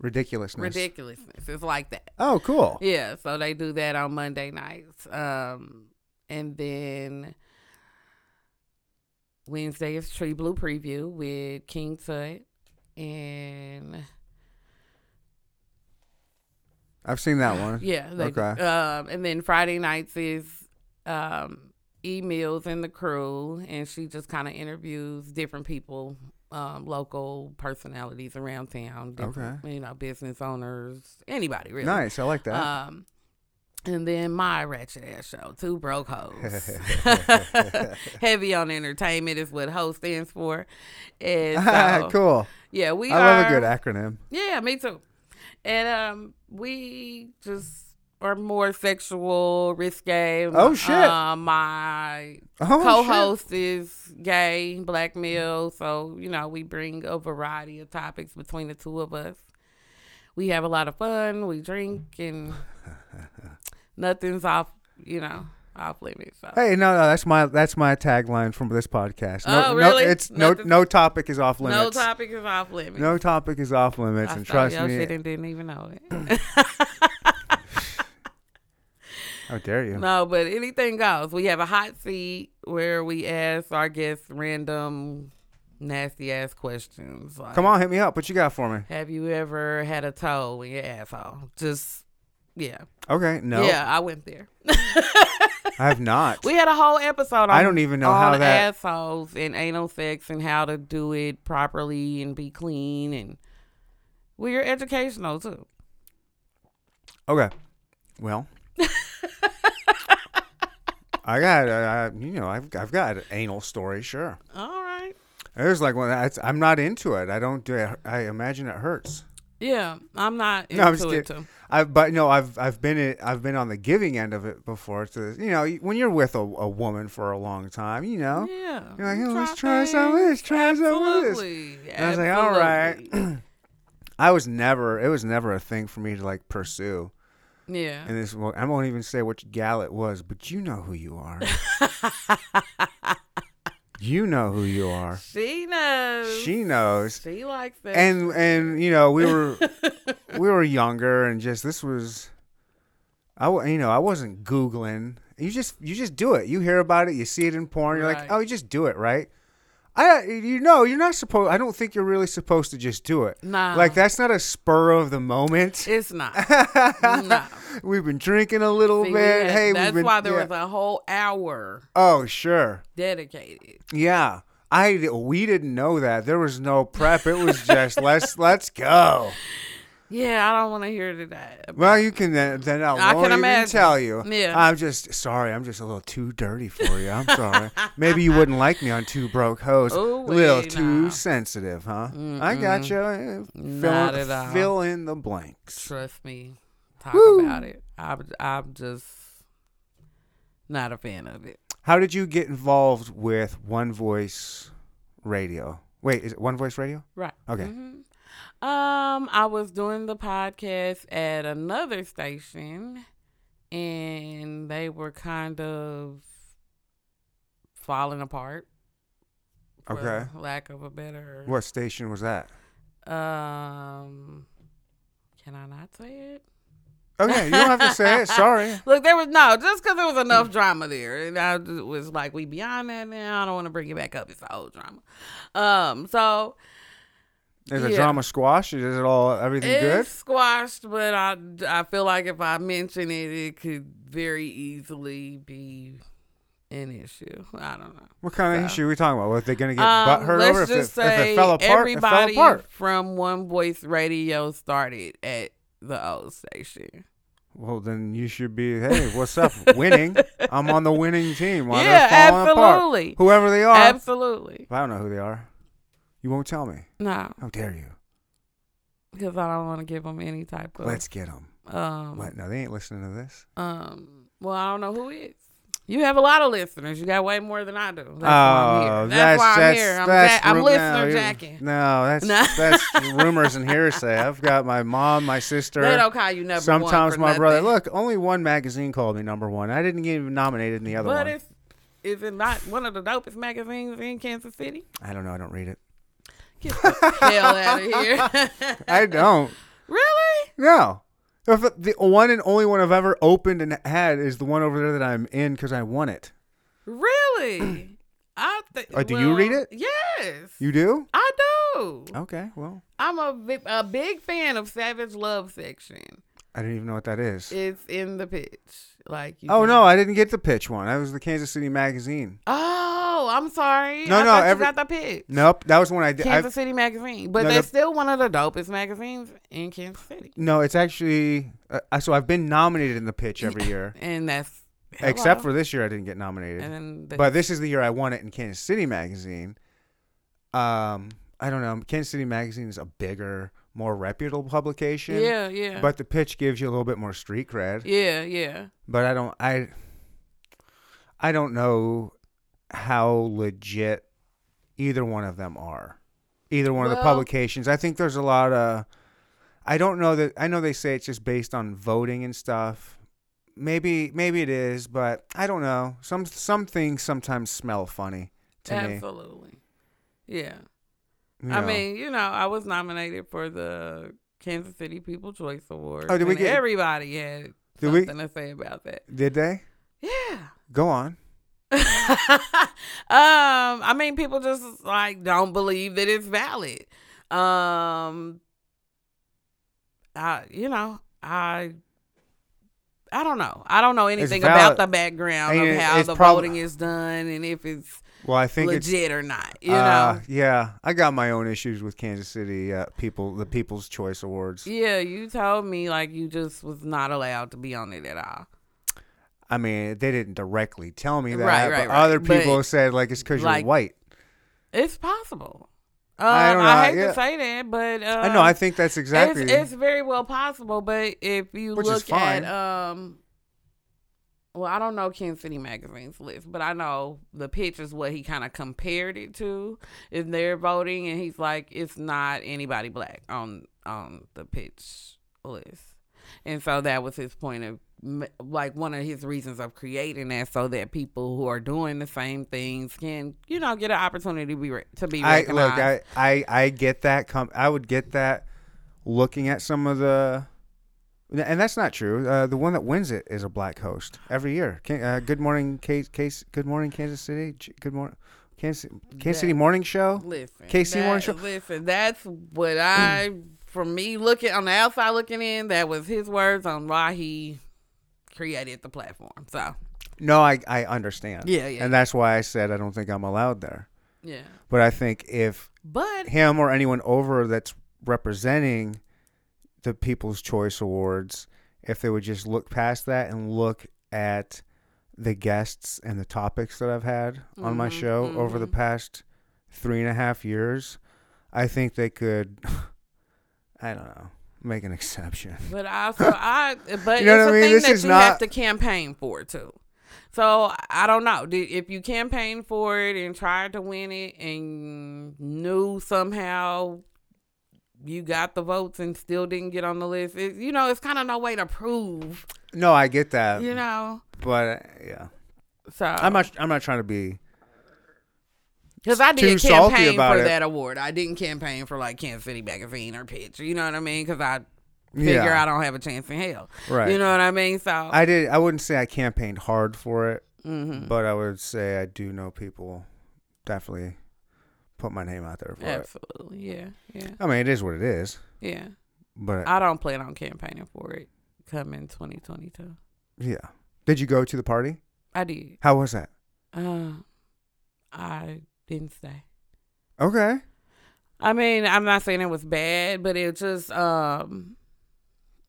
[SPEAKER 2] ridiculousness.
[SPEAKER 3] Ridiculousness. It's like that.
[SPEAKER 2] oh, cool.
[SPEAKER 3] Yeah, so they do that on Monday nights. Um, and then Wednesday is Tree Blue Preview with King Tut. And
[SPEAKER 2] I've seen that one.
[SPEAKER 3] yeah, they,
[SPEAKER 2] Okay.
[SPEAKER 3] um, and then Friday nights is um, E Mills and the crew, and she just kind of interviews different people, um, local personalities around town, different, you know, business owners, anybody really.
[SPEAKER 2] Nice. I like that.
[SPEAKER 3] Um, and then my ratchet ass show, Two Broke Hoes. Heavy on entertainment is what ho stands for. And Uh, so,
[SPEAKER 2] cool.
[SPEAKER 3] yeah, we
[SPEAKER 2] I
[SPEAKER 3] are.
[SPEAKER 2] love a good acronym.
[SPEAKER 3] Yeah, me too. And um, we just or more sexual, risque.
[SPEAKER 2] Oh, shit.
[SPEAKER 3] Uh, my
[SPEAKER 2] Oh,
[SPEAKER 3] co-host is gay, black male, so you know we bring a variety of topics between the two of us. We have a lot of fun. We drink and nothing's off. You know, off limits. So.
[SPEAKER 2] Hey, no, no, that's my that's my tagline from this podcast. No,
[SPEAKER 3] Oh,
[SPEAKER 2] no,
[SPEAKER 3] really?
[SPEAKER 2] it's no
[SPEAKER 3] Nothing-
[SPEAKER 2] no topic is off
[SPEAKER 3] no
[SPEAKER 2] limits.
[SPEAKER 3] topic is off limits.
[SPEAKER 2] No topic is off limits,
[SPEAKER 3] I
[SPEAKER 2] and
[SPEAKER 3] saw
[SPEAKER 2] trust
[SPEAKER 3] your
[SPEAKER 2] me,
[SPEAKER 3] shit and didn't even know it.
[SPEAKER 2] how dare you?
[SPEAKER 3] No, but anything goes. We have a hot seat where we ask our guests random nasty ass questions. Like,
[SPEAKER 2] Come on, hit me up. What you got for me?
[SPEAKER 3] Have you ever had a toe in your asshole? Just yeah.
[SPEAKER 2] Okay, no,
[SPEAKER 3] Yeah, I went there.
[SPEAKER 2] I have not.
[SPEAKER 3] We had a whole episode on
[SPEAKER 2] I don't even know how
[SPEAKER 3] on
[SPEAKER 2] that-
[SPEAKER 3] assholes and anal sex and how to do it properly and be clean and we are educational too.
[SPEAKER 2] Okay, well, I got uh, you know I've I've got an anal story. Sure,
[SPEAKER 3] All right.
[SPEAKER 2] there's like one. That's, I'm not into it. I don't do it. I imagine it hurts.
[SPEAKER 3] Yeah, I'm not into
[SPEAKER 2] No, I'm just
[SPEAKER 3] it
[SPEAKER 2] kidding.
[SPEAKER 3] too.
[SPEAKER 2] I but no, I've I've been it, I've been on the giving end of it before. So you know, when you're with a, a woman for a long time, you know,
[SPEAKER 3] Yeah.
[SPEAKER 2] You're like, "Hey, let's try
[SPEAKER 3] things."
[SPEAKER 2] some of this, try some of this."
[SPEAKER 3] Absolutely.
[SPEAKER 2] And I was like, "All right." I was never it was never a thing for me to like pursue.
[SPEAKER 3] yeah.
[SPEAKER 2] And this well, I won't even say which gal it was, but you know who you are. you know who you are.
[SPEAKER 3] She knows.
[SPEAKER 2] She knows.
[SPEAKER 3] She likes that.
[SPEAKER 2] And and you know we were we were younger and just this was I wa- you know I wasn't googling. You just you just do it. You hear about it. You see it in porn. You're
[SPEAKER 3] Right.
[SPEAKER 2] like, oh, you just do it, right? I you know you're not supposed. I don't think you're really supposed to just do it.
[SPEAKER 3] Nah.
[SPEAKER 2] like that's not a spur of the moment.
[SPEAKER 3] it's not. no.
[SPEAKER 2] We've been drinking a little
[SPEAKER 3] See, we
[SPEAKER 2] bit.
[SPEAKER 3] had-
[SPEAKER 2] hey,
[SPEAKER 3] that's
[SPEAKER 2] we've been,
[SPEAKER 3] why there
[SPEAKER 2] yeah.
[SPEAKER 3] was a whole hour
[SPEAKER 2] Oh sure,
[SPEAKER 3] dedicated.
[SPEAKER 2] yeah. I we didn't know that there was no prep. It was just let's let's go.
[SPEAKER 3] Yeah, I don't want to hear to that.
[SPEAKER 2] Well, you can then. then I,
[SPEAKER 3] I
[SPEAKER 2] won't
[SPEAKER 3] can
[SPEAKER 2] even
[SPEAKER 3] imagine.
[SPEAKER 2] tell you.
[SPEAKER 3] Yeah.
[SPEAKER 2] I'm just sorry. I'm just a little too dirty for you. I'm sorry. Maybe you wouldn't like me on Two Broke Hoes.
[SPEAKER 3] Ooh,
[SPEAKER 2] a little
[SPEAKER 3] wee,
[SPEAKER 2] too
[SPEAKER 3] nah.
[SPEAKER 2] sensitive, huh? I got you. Eh,
[SPEAKER 3] Not at all.
[SPEAKER 2] Fill in the blanks.
[SPEAKER 3] Trust me. Talk about it. I'm, I'm just not a fan of it.
[SPEAKER 2] How did you get involved with One Voice Radio? Wait, is it One Voice Radio?
[SPEAKER 3] Right.
[SPEAKER 2] Okay.
[SPEAKER 3] Um, I was doing the podcast at another station, and they were kind of falling apart. for
[SPEAKER 2] Okay.
[SPEAKER 3] lack of a better.
[SPEAKER 2] What station was that?
[SPEAKER 3] Um, can I not say it?
[SPEAKER 2] Okay, you don't have to say it. Sorry.
[SPEAKER 3] Look, there was no just because there was
[SPEAKER 2] Mm.
[SPEAKER 3] enough drama there, and I d- was like, we beyond that now. I don't want to bring it back up. It's the old drama. Um, so
[SPEAKER 2] Is it
[SPEAKER 3] Yeah.
[SPEAKER 2] drama squash? Is it all everything
[SPEAKER 3] it's
[SPEAKER 2] good?
[SPEAKER 3] squashed, but I I feel like if I mention it, it could very easily be an issue. I don't know.
[SPEAKER 2] What kind of issue are we talking about? Were they going to get
[SPEAKER 3] Um,
[SPEAKER 2] butt hurt
[SPEAKER 3] let's
[SPEAKER 2] over if it,
[SPEAKER 3] just
[SPEAKER 2] if it
[SPEAKER 3] say
[SPEAKER 2] fell apart? It fell
[SPEAKER 3] everybody
[SPEAKER 2] apart.
[SPEAKER 3] from One Voice Radio started at the old station.
[SPEAKER 2] Well, then you should be. Hey, what's up? winning. I'm on the winning team. While
[SPEAKER 3] Yeah,
[SPEAKER 2] they're falling
[SPEAKER 3] absolutely.
[SPEAKER 2] Apart. Whoever they are.
[SPEAKER 3] Absolutely.
[SPEAKER 2] if I don't know who they are. You won't tell me.
[SPEAKER 3] No,
[SPEAKER 2] How dare you?
[SPEAKER 3] because I don't want to give them any type of
[SPEAKER 2] Let's get them.
[SPEAKER 3] um
[SPEAKER 2] What? No, they ain't listening to this.
[SPEAKER 3] um. Well, I don't know who is. You have a lot of listeners. You got way more than I do. That's why I'm
[SPEAKER 2] oh,
[SPEAKER 3] here. That's, why I'm
[SPEAKER 2] that's,
[SPEAKER 3] here. I'm,
[SPEAKER 2] that's
[SPEAKER 3] ja- I'm
[SPEAKER 2] ru- no,
[SPEAKER 3] listener
[SPEAKER 2] you-
[SPEAKER 3] jacking.
[SPEAKER 2] No, that's that's rumors and hearsay. I've got my mom, my sister.
[SPEAKER 3] They don't call you number one
[SPEAKER 2] Sometimes
[SPEAKER 3] for
[SPEAKER 2] my brother.
[SPEAKER 3] nothing.
[SPEAKER 2] Look, only one magazine called me number one. I didn't get even nominated in the other one.
[SPEAKER 3] But it's is it not one of the dopest magazines in Kansas City?
[SPEAKER 2] I don't know. I don't read it.
[SPEAKER 3] Get the hell out of here.
[SPEAKER 2] I don't.
[SPEAKER 3] really?
[SPEAKER 2] No. If the one and only one I've ever opened and had is the one over there that I'm in because I won it.
[SPEAKER 3] Really? I think.
[SPEAKER 2] Uh, do you read it?
[SPEAKER 3] Yes.
[SPEAKER 2] You Oh. do?
[SPEAKER 3] I do.
[SPEAKER 2] Okay. Well,
[SPEAKER 3] I'm a, bi- a big fan of Savage Love section.
[SPEAKER 2] I didn't even know what that is.
[SPEAKER 3] It's in the pitch. Like you
[SPEAKER 2] Oh
[SPEAKER 3] can-
[SPEAKER 2] no, I didn't get the pitch one. That was the Kansas City Magazine.
[SPEAKER 3] Oh, I'm sorry.
[SPEAKER 2] No,
[SPEAKER 3] I
[SPEAKER 2] no,
[SPEAKER 3] thought
[SPEAKER 2] every-
[SPEAKER 3] you got the pitch.
[SPEAKER 2] Nope, that was when I did.
[SPEAKER 3] Kansas City magazine, but
[SPEAKER 2] No,
[SPEAKER 3] they're
[SPEAKER 2] the-
[SPEAKER 3] still one of the dopest magazines in Kansas City,
[SPEAKER 2] No, it's actually uh, I- so I've been nominated in the pitch every year,
[SPEAKER 3] and that's
[SPEAKER 2] except for
[SPEAKER 3] hello.
[SPEAKER 2] this year I didn't get nominated.
[SPEAKER 3] Oh, and then the,
[SPEAKER 2] but this is the year I won it in Kansas City Magazine. Um, I don't know. Kansas City Magazine is a bigger, more reputable publication.
[SPEAKER 3] Yeah, yeah.
[SPEAKER 2] But the pitch gives you a little bit more street cred.
[SPEAKER 3] yeah, yeah.
[SPEAKER 2] But I don't I I don't know how legit either one of them are. Either one of the
[SPEAKER 3] Well-
[SPEAKER 2] publications. I think there's a lot of I don't know that I know they say it's just based on voting and stuff. Maybe maybe it is, but I don't know. Some some things sometimes smell funny to me.
[SPEAKER 3] Absolutely. Yeah.
[SPEAKER 2] you
[SPEAKER 3] I
[SPEAKER 2] know.
[SPEAKER 3] mean, you know, I was nominated for the Kansas City People Choice Award.
[SPEAKER 2] Oh, did we
[SPEAKER 3] and
[SPEAKER 2] get-
[SPEAKER 3] everybody had
[SPEAKER 2] Did we-
[SPEAKER 3] something to say about that?
[SPEAKER 2] did they?
[SPEAKER 3] Yeah.
[SPEAKER 2] Go on.
[SPEAKER 3] um, I mean, people just like don't believe that it's valid. Um, I, you know, I, I don't know. I don't know anything
[SPEAKER 2] valid.
[SPEAKER 3] about the background
[SPEAKER 2] And
[SPEAKER 3] of
[SPEAKER 2] it-
[SPEAKER 3] how
[SPEAKER 2] it's
[SPEAKER 3] the
[SPEAKER 2] prob-
[SPEAKER 3] voting is done and if it's
[SPEAKER 2] Well, I think it's
[SPEAKER 3] legit or not. You
[SPEAKER 2] Uh,
[SPEAKER 3] know,
[SPEAKER 2] yeah, I got my own issues with Kansas City uh, people, the People's Choice Awards.
[SPEAKER 3] yeah. You told me like you just was not allowed to be on it at all.
[SPEAKER 2] I mean, they didn't directly tell me that,
[SPEAKER 3] Right, right,
[SPEAKER 2] but
[SPEAKER 3] right.
[SPEAKER 2] other people
[SPEAKER 3] But,
[SPEAKER 2] said like it's because
[SPEAKER 3] like,
[SPEAKER 2] you're white.
[SPEAKER 3] It's possible. Um,
[SPEAKER 2] I
[SPEAKER 3] I,
[SPEAKER 2] don't know,
[SPEAKER 3] hate
[SPEAKER 2] yeah.
[SPEAKER 3] to say that, but uh,
[SPEAKER 2] I know. I think that's exactly.
[SPEAKER 3] It's, it's very well possible, but if you
[SPEAKER 2] Which is
[SPEAKER 3] look
[SPEAKER 2] fine.
[SPEAKER 3] at um, well, I don't know Kansas City Magazine's list, but I know the pitch is what he kind of compared it to is their voting, and he's like, it's not anybody black on on the pitch list, and so that was his point of m- like one of his reasons of creating that so that people who are doing the same things can you know get an opportunity to be re- to be
[SPEAKER 2] I
[SPEAKER 3] recognized.
[SPEAKER 2] look. I, I I get that. Com- I would get that. Looking at some of the, and that's not true. Uh, the one that wins it is a black host every year. Can, uh, good morning, Case. Case. Good morning, Kansas City. Ch- Good morning, Kansas. Kansas City Morning Show.
[SPEAKER 3] Listen,
[SPEAKER 2] KC
[SPEAKER 3] that-
[SPEAKER 2] Morning Show?
[SPEAKER 3] Listen, that's what I, from me looking on the outside looking in, that was his words on why he created the platform. So
[SPEAKER 2] No, I I understand.
[SPEAKER 3] Yeah, yeah.
[SPEAKER 2] And that's why I said I don't think I'm allowed there.
[SPEAKER 3] yeah,
[SPEAKER 2] But I think if
[SPEAKER 3] but
[SPEAKER 2] him or anyone over that's representing the People's Choice Awards, if they would just look past that and look at the guests and the topics that I've had on my
[SPEAKER 3] Mm-hmm,
[SPEAKER 2] show over the past three and a half years, I think they could, I don't know, make an exception.
[SPEAKER 3] but also I, but
[SPEAKER 2] You know
[SPEAKER 3] it's
[SPEAKER 2] what I
[SPEAKER 3] a
[SPEAKER 2] mean?
[SPEAKER 3] thing
[SPEAKER 2] This
[SPEAKER 3] that
[SPEAKER 2] is
[SPEAKER 3] you
[SPEAKER 2] not-
[SPEAKER 3] have to campaign for too. So I don't know Did- if you campaigned for it and tried to win it and knew somehow you got the votes and still didn't get on the list. It, you know, it's kind of no way to prove.
[SPEAKER 2] No, I get that,
[SPEAKER 3] You know,
[SPEAKER 2] but uh, yeah,
[SPEAKER 3] so
[SPEAKER 2] Um, I'm not. I'm not trying to be.
[SPEAKER 3] Because I
[SPEAKER 2] too
[SPEAKER 3] did
[SPEAKER 2] salty
[SPEAKER 3] campaign
[SPEAKER 2] about
[SPEAKER 3] for
[SPEAKER 2] it.
[SPEAKER 3] that award. I didn't campaign for like Kansas City Magazine or Pitch. You know what I mean? Because I figure
[SPEAKER 2] Yeah.
[SPEAKER 3] I don't have a chance in hell.
[SPEAKER 2] Right.
[SPEAKER 3] You know what I mean? So
[SPEAKER 2] I did. I wouldn't say I campaigned hard for it,
[SPEAKER 3] mm-hmm. Hmm.
[SPEAKER 2] but I would say I do know people definitely put my name out there for it.
[SPEAKER 3] absolutely, yeah, yeah,
[SPEAKER 2] I mean, it is what it is,
[SPEAKER 3] yeah.
[SPEAKER 2] but
[SPEAKER 3] I don't plan on campaigning for it coming 2022.
[SPEAKER 2] yeah. Did you go to the party?
[SPEAKER 3] I did.
[SPEAKER 2] How was that?
[SPEAKER 3] Uh, I didn't stay.
[SPEAKER 2] Okay.
[SPEAKER 3] I mean, I'm not saying it was bad, but it just um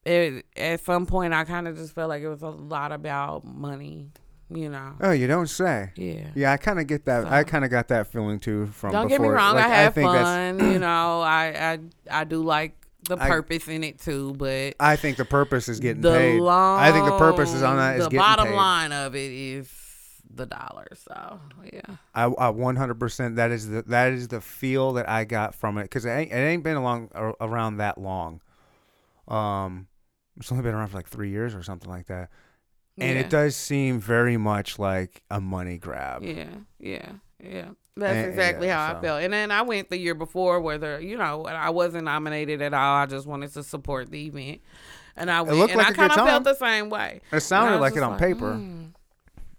[SPEAKER 3] it at some point I kind of just felt like it was a lot about money, you know.
[SPEAKER 2] Oh, you don't say.
[SPEAKER 3] Yeah.
[SPEAKER 2] Yeah, I kind of get that. I kind of got that feeling too from.
[SPEAKER 3] Don't
[SPEAKER 2] before.
[SPEAKER 3] get me wrong.
[SPEAKER 2] Like,
[SPEAKER 3] I have
[SPEAKER 2] think That's,
[SPEAKER 3] fun. You know, I, I I do like the
[SPEAKER 2] I-
[SPEAKER 3] purpose in it too, but
[SPEAKER 2] I think the purpose is getting
[SPEAKER 3] the
[SPEAKER 2] paid.
[SPEAKER 3] long,
[SPEAKER 2] I think the purpose is on that is
[SPEAKER 3] the
[SPEAKER 2] getting
[SPEAKER 3] bottom
[SPEAKER 2] paid.
[SPEAKER 3] line of it is the dollar. So yeah,
[SPEAKER 2] I, I 100% that is the that is the feel that I got from it cuz it ain't, it ain't been along ar- around that long. Um it's only been around for like 3 years or something like that. And
[SPEAKER 3] yeah.
[SPEAKER 2] it does seem very much like a money grab.
[SPEAKER 3] Yeah, yeah, yeah. That's
[SPEAKER 2] Eh,
[SPEAKER 3] exactly
[SPEAKER 2] yeah,
[SPEAKER 3] how
[SPEAKER 2] so.
[SPEAKER 3] I felt. And then I went the year before, where the you know and I wasn't nominated at all. I just wanted to support the event, and I went,
[SPEAKER 2] looked
[SPEAKER 3] and
[SPEAKER 2] like
[SPEAKER 3] I
[SPEAKER 2] a good
[SPEAKER 3] kind of
[SPEAKER 2] time.
[SPEAKER 3] felt the same way.
[SPEAKER 2] It
[SPEAKER 3] And I
[SPEAKER 2] sounded
[SPEAKER 3] was
[SPEAKER 2] like it
[SPEAKER 3] just
[SPEAKER 2] on paper.
[SPEAKER 3] "Mm."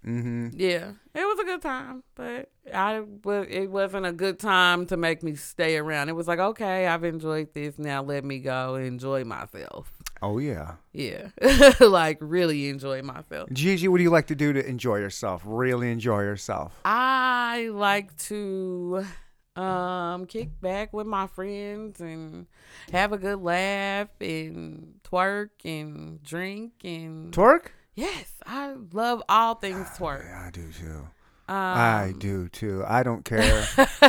[SPEAKER 2] Mhm.
[SPEAKER 3] Yeah, it was a good time, but I but it wasn't a good time to make me stay around. It was like, okay, I've enjoyed this. Now let me go and enjoy myself.
[SPEAKER 2] Oh yeah.
[SPEAKER 3] Yeah, like really enjoy myself.
[SPEAKER 2] Gigi, what do you like to do to enjoy yourself? Really enjoy yourself.
[SPEAKER 3] I like to um kick back with my friends and have a good laugh and twerk and drink and
[SPEAKER 2] Twerk?
[SPEAKER 3] yes, I love all things twerk.
[SPEAKER 2] Ah, Yeah, I do too.
[SPEAKER 3] Um,
[SPEAKER 2] I do too. I don't care.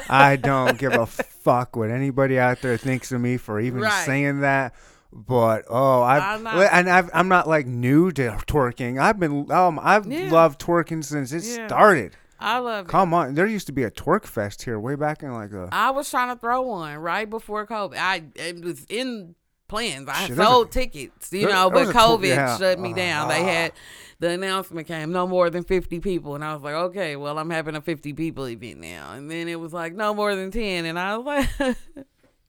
[SPEAKER 2] I don't give a fuck what anybody out there thinks of me for even
[SPEAKER 3] Right.
[SPEAKER 2] saying that. But oh, I've
[SPEAKER 3] I'm not-
[SPEAKER 2] well, and I've, I'm not like new to twerking. I've been um I've
[SPEAKER 3] Yeah.
[SPEAKER 2] loved twerking since it
[SPEAKER 3] Yeah.
[SPEAKER 2] started.
[SPEAKER 3] I love it.
[SPEAKER 2] Come on, there used to be a twerk fest here way back in like uh, a.
[SPEAKER 3] I was trying to throw one right before COVID. I it was in plans. I
[SPEAKER 2] Shit, there's
[SPEAKER 3] sold
[SPEAKER 2] a-
[SPEAKER 3] tickets, you
[SPEAKER 2] there-
[SPEAKER 3] know,
[SPEAKER 2] there
[SPEAKER 3] but
[SPEAKER 2] was a tw-
[SPEAKER 3] COVID
[SPEAKER 2] yeah.
[SPEAKER 3] shut me down. They
[SPEAKER 2] Ah.
[SPEAKER 3] had the announcement came no more than fifty people, and I was like, okay, well, I'm having a fifty people event now. And then it was like no more than ten, and I was like,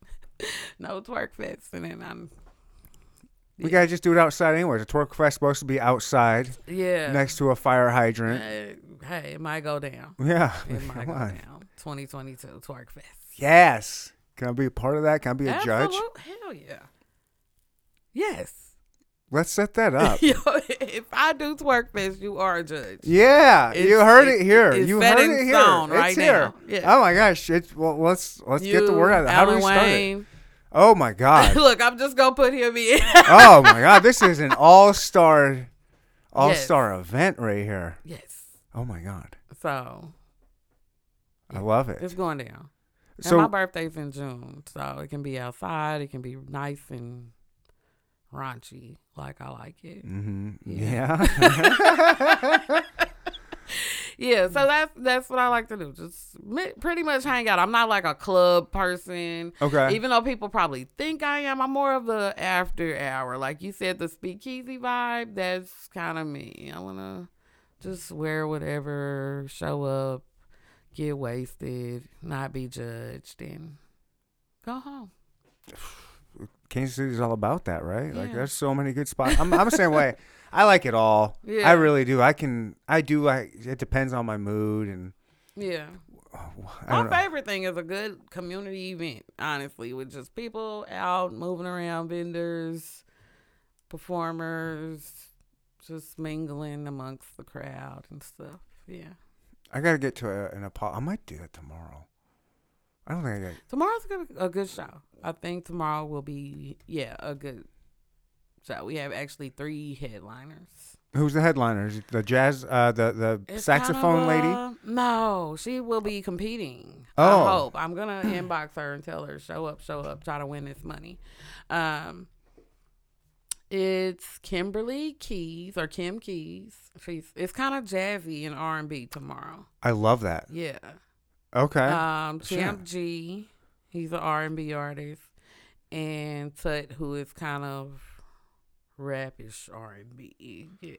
[SPEAKER 3] no twerk fest. And then I'm
[SPEAKER 2] We gotta just do it outside anyway. The twerk fest supposed to be outside
[SPEAKER 3] yeah.
[SPEAKER 2] next to a fire hydrant.
[SPEAKER 3] Hey, hey, it might go down.
[SPEAKER 2] Yeah,
[SPEAKER 3] It might
[SPEAKER 2] come
[SPEAKER 3] go
[SPEAKER 2] on.
[SPEAKER 3] down. 2022 twerk fest.
[SPEAKER 2] Yes, can I be a part of that? Can I be a judge?
[SPEAKER 3] Absolute- Hell yeah. Yes.
[SPEAKER 2] Let's set that up.
[SPEAKER 3] Yo, if I do twerk fest, you are a judge.
[SPEAKER 2] Yeah,
[SPEAKER 3] It's-
[SPEAKER 2] you heard
[SPEAKER 3] it-
[SPEAKER 2] it here.
[SPEAKER 3] it's
[SPEAKER 2] You
[SPEAKER 3] set
[SPEAKER 2] heard
[SPEAKER 3] in
[SPEAKER 2] it here.
[SPEAKER 3] stone
[SPEAKER 2] it's
[SPEAKER 3] right
[SPEAKER 2] here.
[SPEAKER 3] now. Yeah.
[SPEAKER 2] Oh my gosh! It's well. Let's let's get the
[SPEAKER 3] You,
[SPEAKER 2] word out. How do we
[SPEAKER 3] Alan
[SPEAKER 2] start it?
[SPEAKER 3] Wayne.
[SPEAKER 2] Oh my god!
[SPEAKER 3] Look, I'm just gonna put him in.
[SPEAKER 2] oh my god! This is an all star, all star event right here.
[SPEAKER 3] yes.
[SPEAKER 2] Oh my god!
[SPEAKER 3] So
[SPEAKER 2] I love
[SPEAKER 3] it's
[SPEAKER 2] it.
[SPEAKER 3] going down.
[SPEAKER 2] So
[SPEAKER 3] and my birthday's in June, so it can be outside. It can be nice and raunchy, like I like it.
[SPEAKER 2] mhm,
[SPEAKER 3] Yeah.
[SPEAKER 2] yeah.
[SPEAKER 3] Yeah, so that's that's what I like to do. Just mi- pretty much hang out. I'm not like a club person.
[SPEAKER 2] okay.
[SPEAKER 3] Even though people probably think I am, I'm more of the after hour. Like you said, the speakeasy vibe, that's kind of me. I want to just wear whatever, show up, get wasted, not be judged, and go home.
[SPEAKER 2] Kansas City's all about that, right? Like
[SPEAKER 3] Yeah.
[SPEAKER 2] there's so many good spots. I'm, I'm the same way. I like it all.
[SPEAKER 3] Yeah.
[SPEAKER 2] I really do. I can. I do like. It depends on my mood and.
[SPEAKER 3] Yeah.
[SPEAKER 2] I
[SPEAKER 3] My
[SPEAKER 2] don't know.
[SPEAKER 3] favorite thing is a good community event, honestly, with just people out moving around, vendors, performers, just mingling amongst the crowd and stuff. Yeah.
[SPEAKER 2] I gotta get to a, an apology. I might do that tomorrow. I don't think I got.
[SPEAKER 3] Tomorrow's gonna be a good show. I think tomorrow will be yeah a good show. We have actually three headliners.
[SPEAKER 2] Who's the headliner? Is it the jazz, uh, the the
[SPEAKER 3] It's
[SPEAKER 2] saxophone
[SPEAKER 3] kind of
[SPEAKER 2] lady.
[SPEAKER 3] a- No, she will be competing.
[SPEAKER 2] Oh.
[SPEAKER 3] I hope I'm gonna inbox her and tell her show up, show up, try to win this money. Um, it's Kimberly Keys or Kim Keys. She's it's kind of jazzy and R and B tomorrow.
[SPEAKER 2] I love that.
[SPEAKER 3] Yeah.
[SPEAKER 2] Okay.
[SPEAKER 3] Um,
[SPEAKER 2] Sure.
[SPEAKER 3] Champ G, he's an R and B artist, and Tut, who is kind of rapish R and B. Yeah,